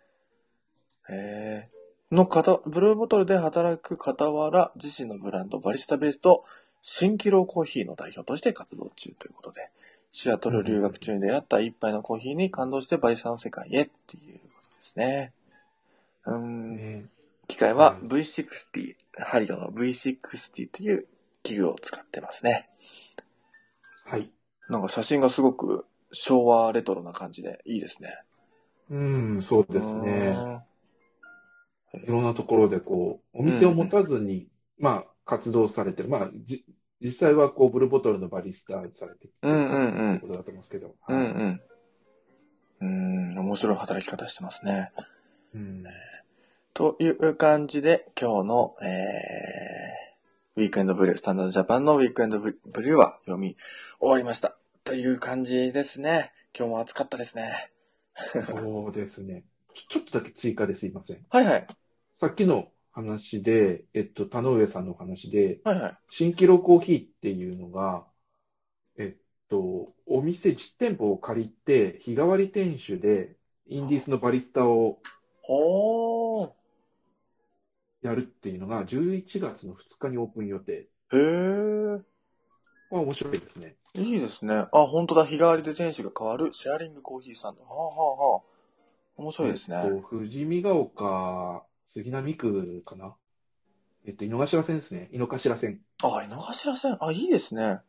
Speaker 1: えー、の方、ブルーボトルで働く傍ら、自身のブランドバリスタベースと、新キロコーヒーの代表として活動中ということで、シアトル留学中に出会った一杯のコーヒーに感動してバリスタの世界へっていうことですね。うーん、
Speaker 2: ね
Speaker 1: 機械は
Speaker 2: うん
Speaker 1: V60、ハリオの V60 という器具を使ってますね。
Speaker 2: はい。
Speaker 1: なんか写真がすごく昭和レトロな感じでいいですね。
Speaker 2: うん、そうですね。
Speaker 1: うん
Speaker 2: いろんなところでこう、お店を持たずに、まあ、活動されてる。まあ、じ、実際はこう、ブルーボトルのバリスタされてきて
Speaker 1: うんうんうん
Speaker 2: ってことだと思うんですけど。
Speaker 1: う
Speaker 2: は
Speaker 1: ん
Speaker 2: い
Speaker 1: うん。うん、面白い働き方してますね。
Speaker 2: うん。
Speaker 1: という感じで、今日の、えー、ウィークエンドブリュー、スタンダードジャパンのウィークエンドブリューは読み終わりました。という感じですね。今日も暑かったですね。
Speaker 2: そうですね。ちょちょっとだけ追加ですいません。
Speaker 1: はいはい。
Speaker 2: さっきの話で、えっと、田上さんのお話で、
Speaker 1: はいはい。
Speaker 2: 新キロコーヒーっていうのが、えっと、お店実店舗を借りて、日替わり店主で、インディースのバリスタを
Speaker 1: ほー。
Speaker 2: やるっていうのが、11月の2日にオープン予定。
Speaker 1: へー。
Speaker 2: これは面白いですね。
Speaker 1: いいですね。あ、本当だ。日替わりで店主が変わるシェアリングコーヒーさんだ。はあはあはあ。面白いですね。
Speaker 2: えっと、富士見ヶ丘、杉並区かな。えっと、井の頭線ですね。井の頭線。
Speaker 1: あ、井の頭線。あ、いいですね。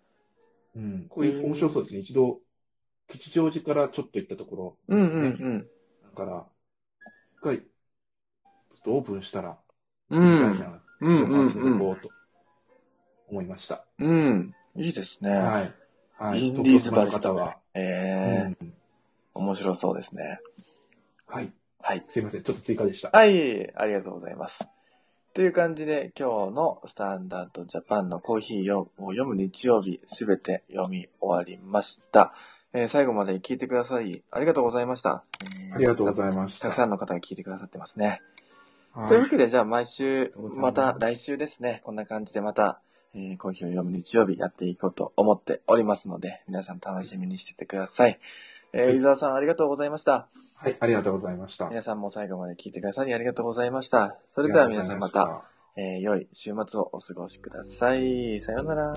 Speaker 2: うん。これ面白そうですね。一度、吉祥寺からちょっと行ったところ
Speaker 1: う
Speaker 2: で
Speaker 1: ん
Speaker 2: すね。
Speaker 1: うん
Speaker 2: だから、一回、ちょっとオープンしたら、
Speaker 1: う
Speaker 2: み
Speaker 1: ん。う
Speaker 2: たい
Speaker 1: ん。
Speaker 2: な、
Speaker 1: うんうん
Speaker 2: ちょっと遊
Speaker 1: う
Speaker 2: ぼ
Speaker 1: ん。
Speaker 2: うと思いました。
Speaker 1: うん。いいですね。
Speaker 2: はい。はい。
Speaker 1: インディーズバリスタ
Speaker 2: 東京の方は、
Speaker 1: え
Speaker 2: う
Speaker 1: え
Speaker 2: ん
Speaker 1: 面白そうですね。
Speaker 2: はい。
Speaker 1: はい。
Speaker 2: すいません。ちょっと追加でした。
Speaker 1: はい、ありがとうございます。という感じで、今日のスタンダードジャパンのコーヒーを読む日曜日、すべて読み終わりました、えー最後まで聞いてください。ありがとうございました。
Speaker 2: ありがとう
Speaker 1: い
Speaker 2: ご
Speaker 1: ま。
Speaker 2: ざいましたた。
Speaker 1: たくさんの方が聞いてくださってますね。
Speaker 2: はい
Speaker 1: というわけで、じゃあ毎週
Speaker 2: ありがと、うご
Speaker 1: ま
Speaker 2: ざいます
Speaker 1: た来週ですね、こんな感じでまた、えーコーヒーを読む日曜日やっていこうと思っておりますので、皆さん楽しみにしててください。えー、伊沢さんありがとうございました。
Speaker 2: はい。ありがとうございました。
Speaker 1: 皆さんも最後まで聞いてくださりありがとうございました。それでは皆さんまた、
Speaker 2: あ
Speaker 1: えー良い週末をお過ごしください。さようなら。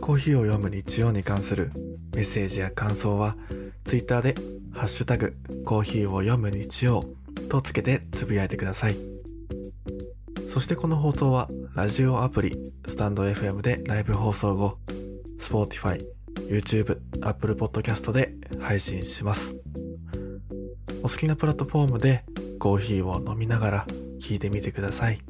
Speaker 3: コーヒーを読む日曜に関するメッセージや感想は、ツイッターで、ハッシュタグ、コーヒーを読む日曜とつけてつぶやいてください。そしてこの放送は、ラジオアプリ、スタンド FM でライブ放送後、Spotify、YouTube、Apple Podcast で配信します。お好きなプラットフォームでコーヒーを飲みながら聞いてみてください。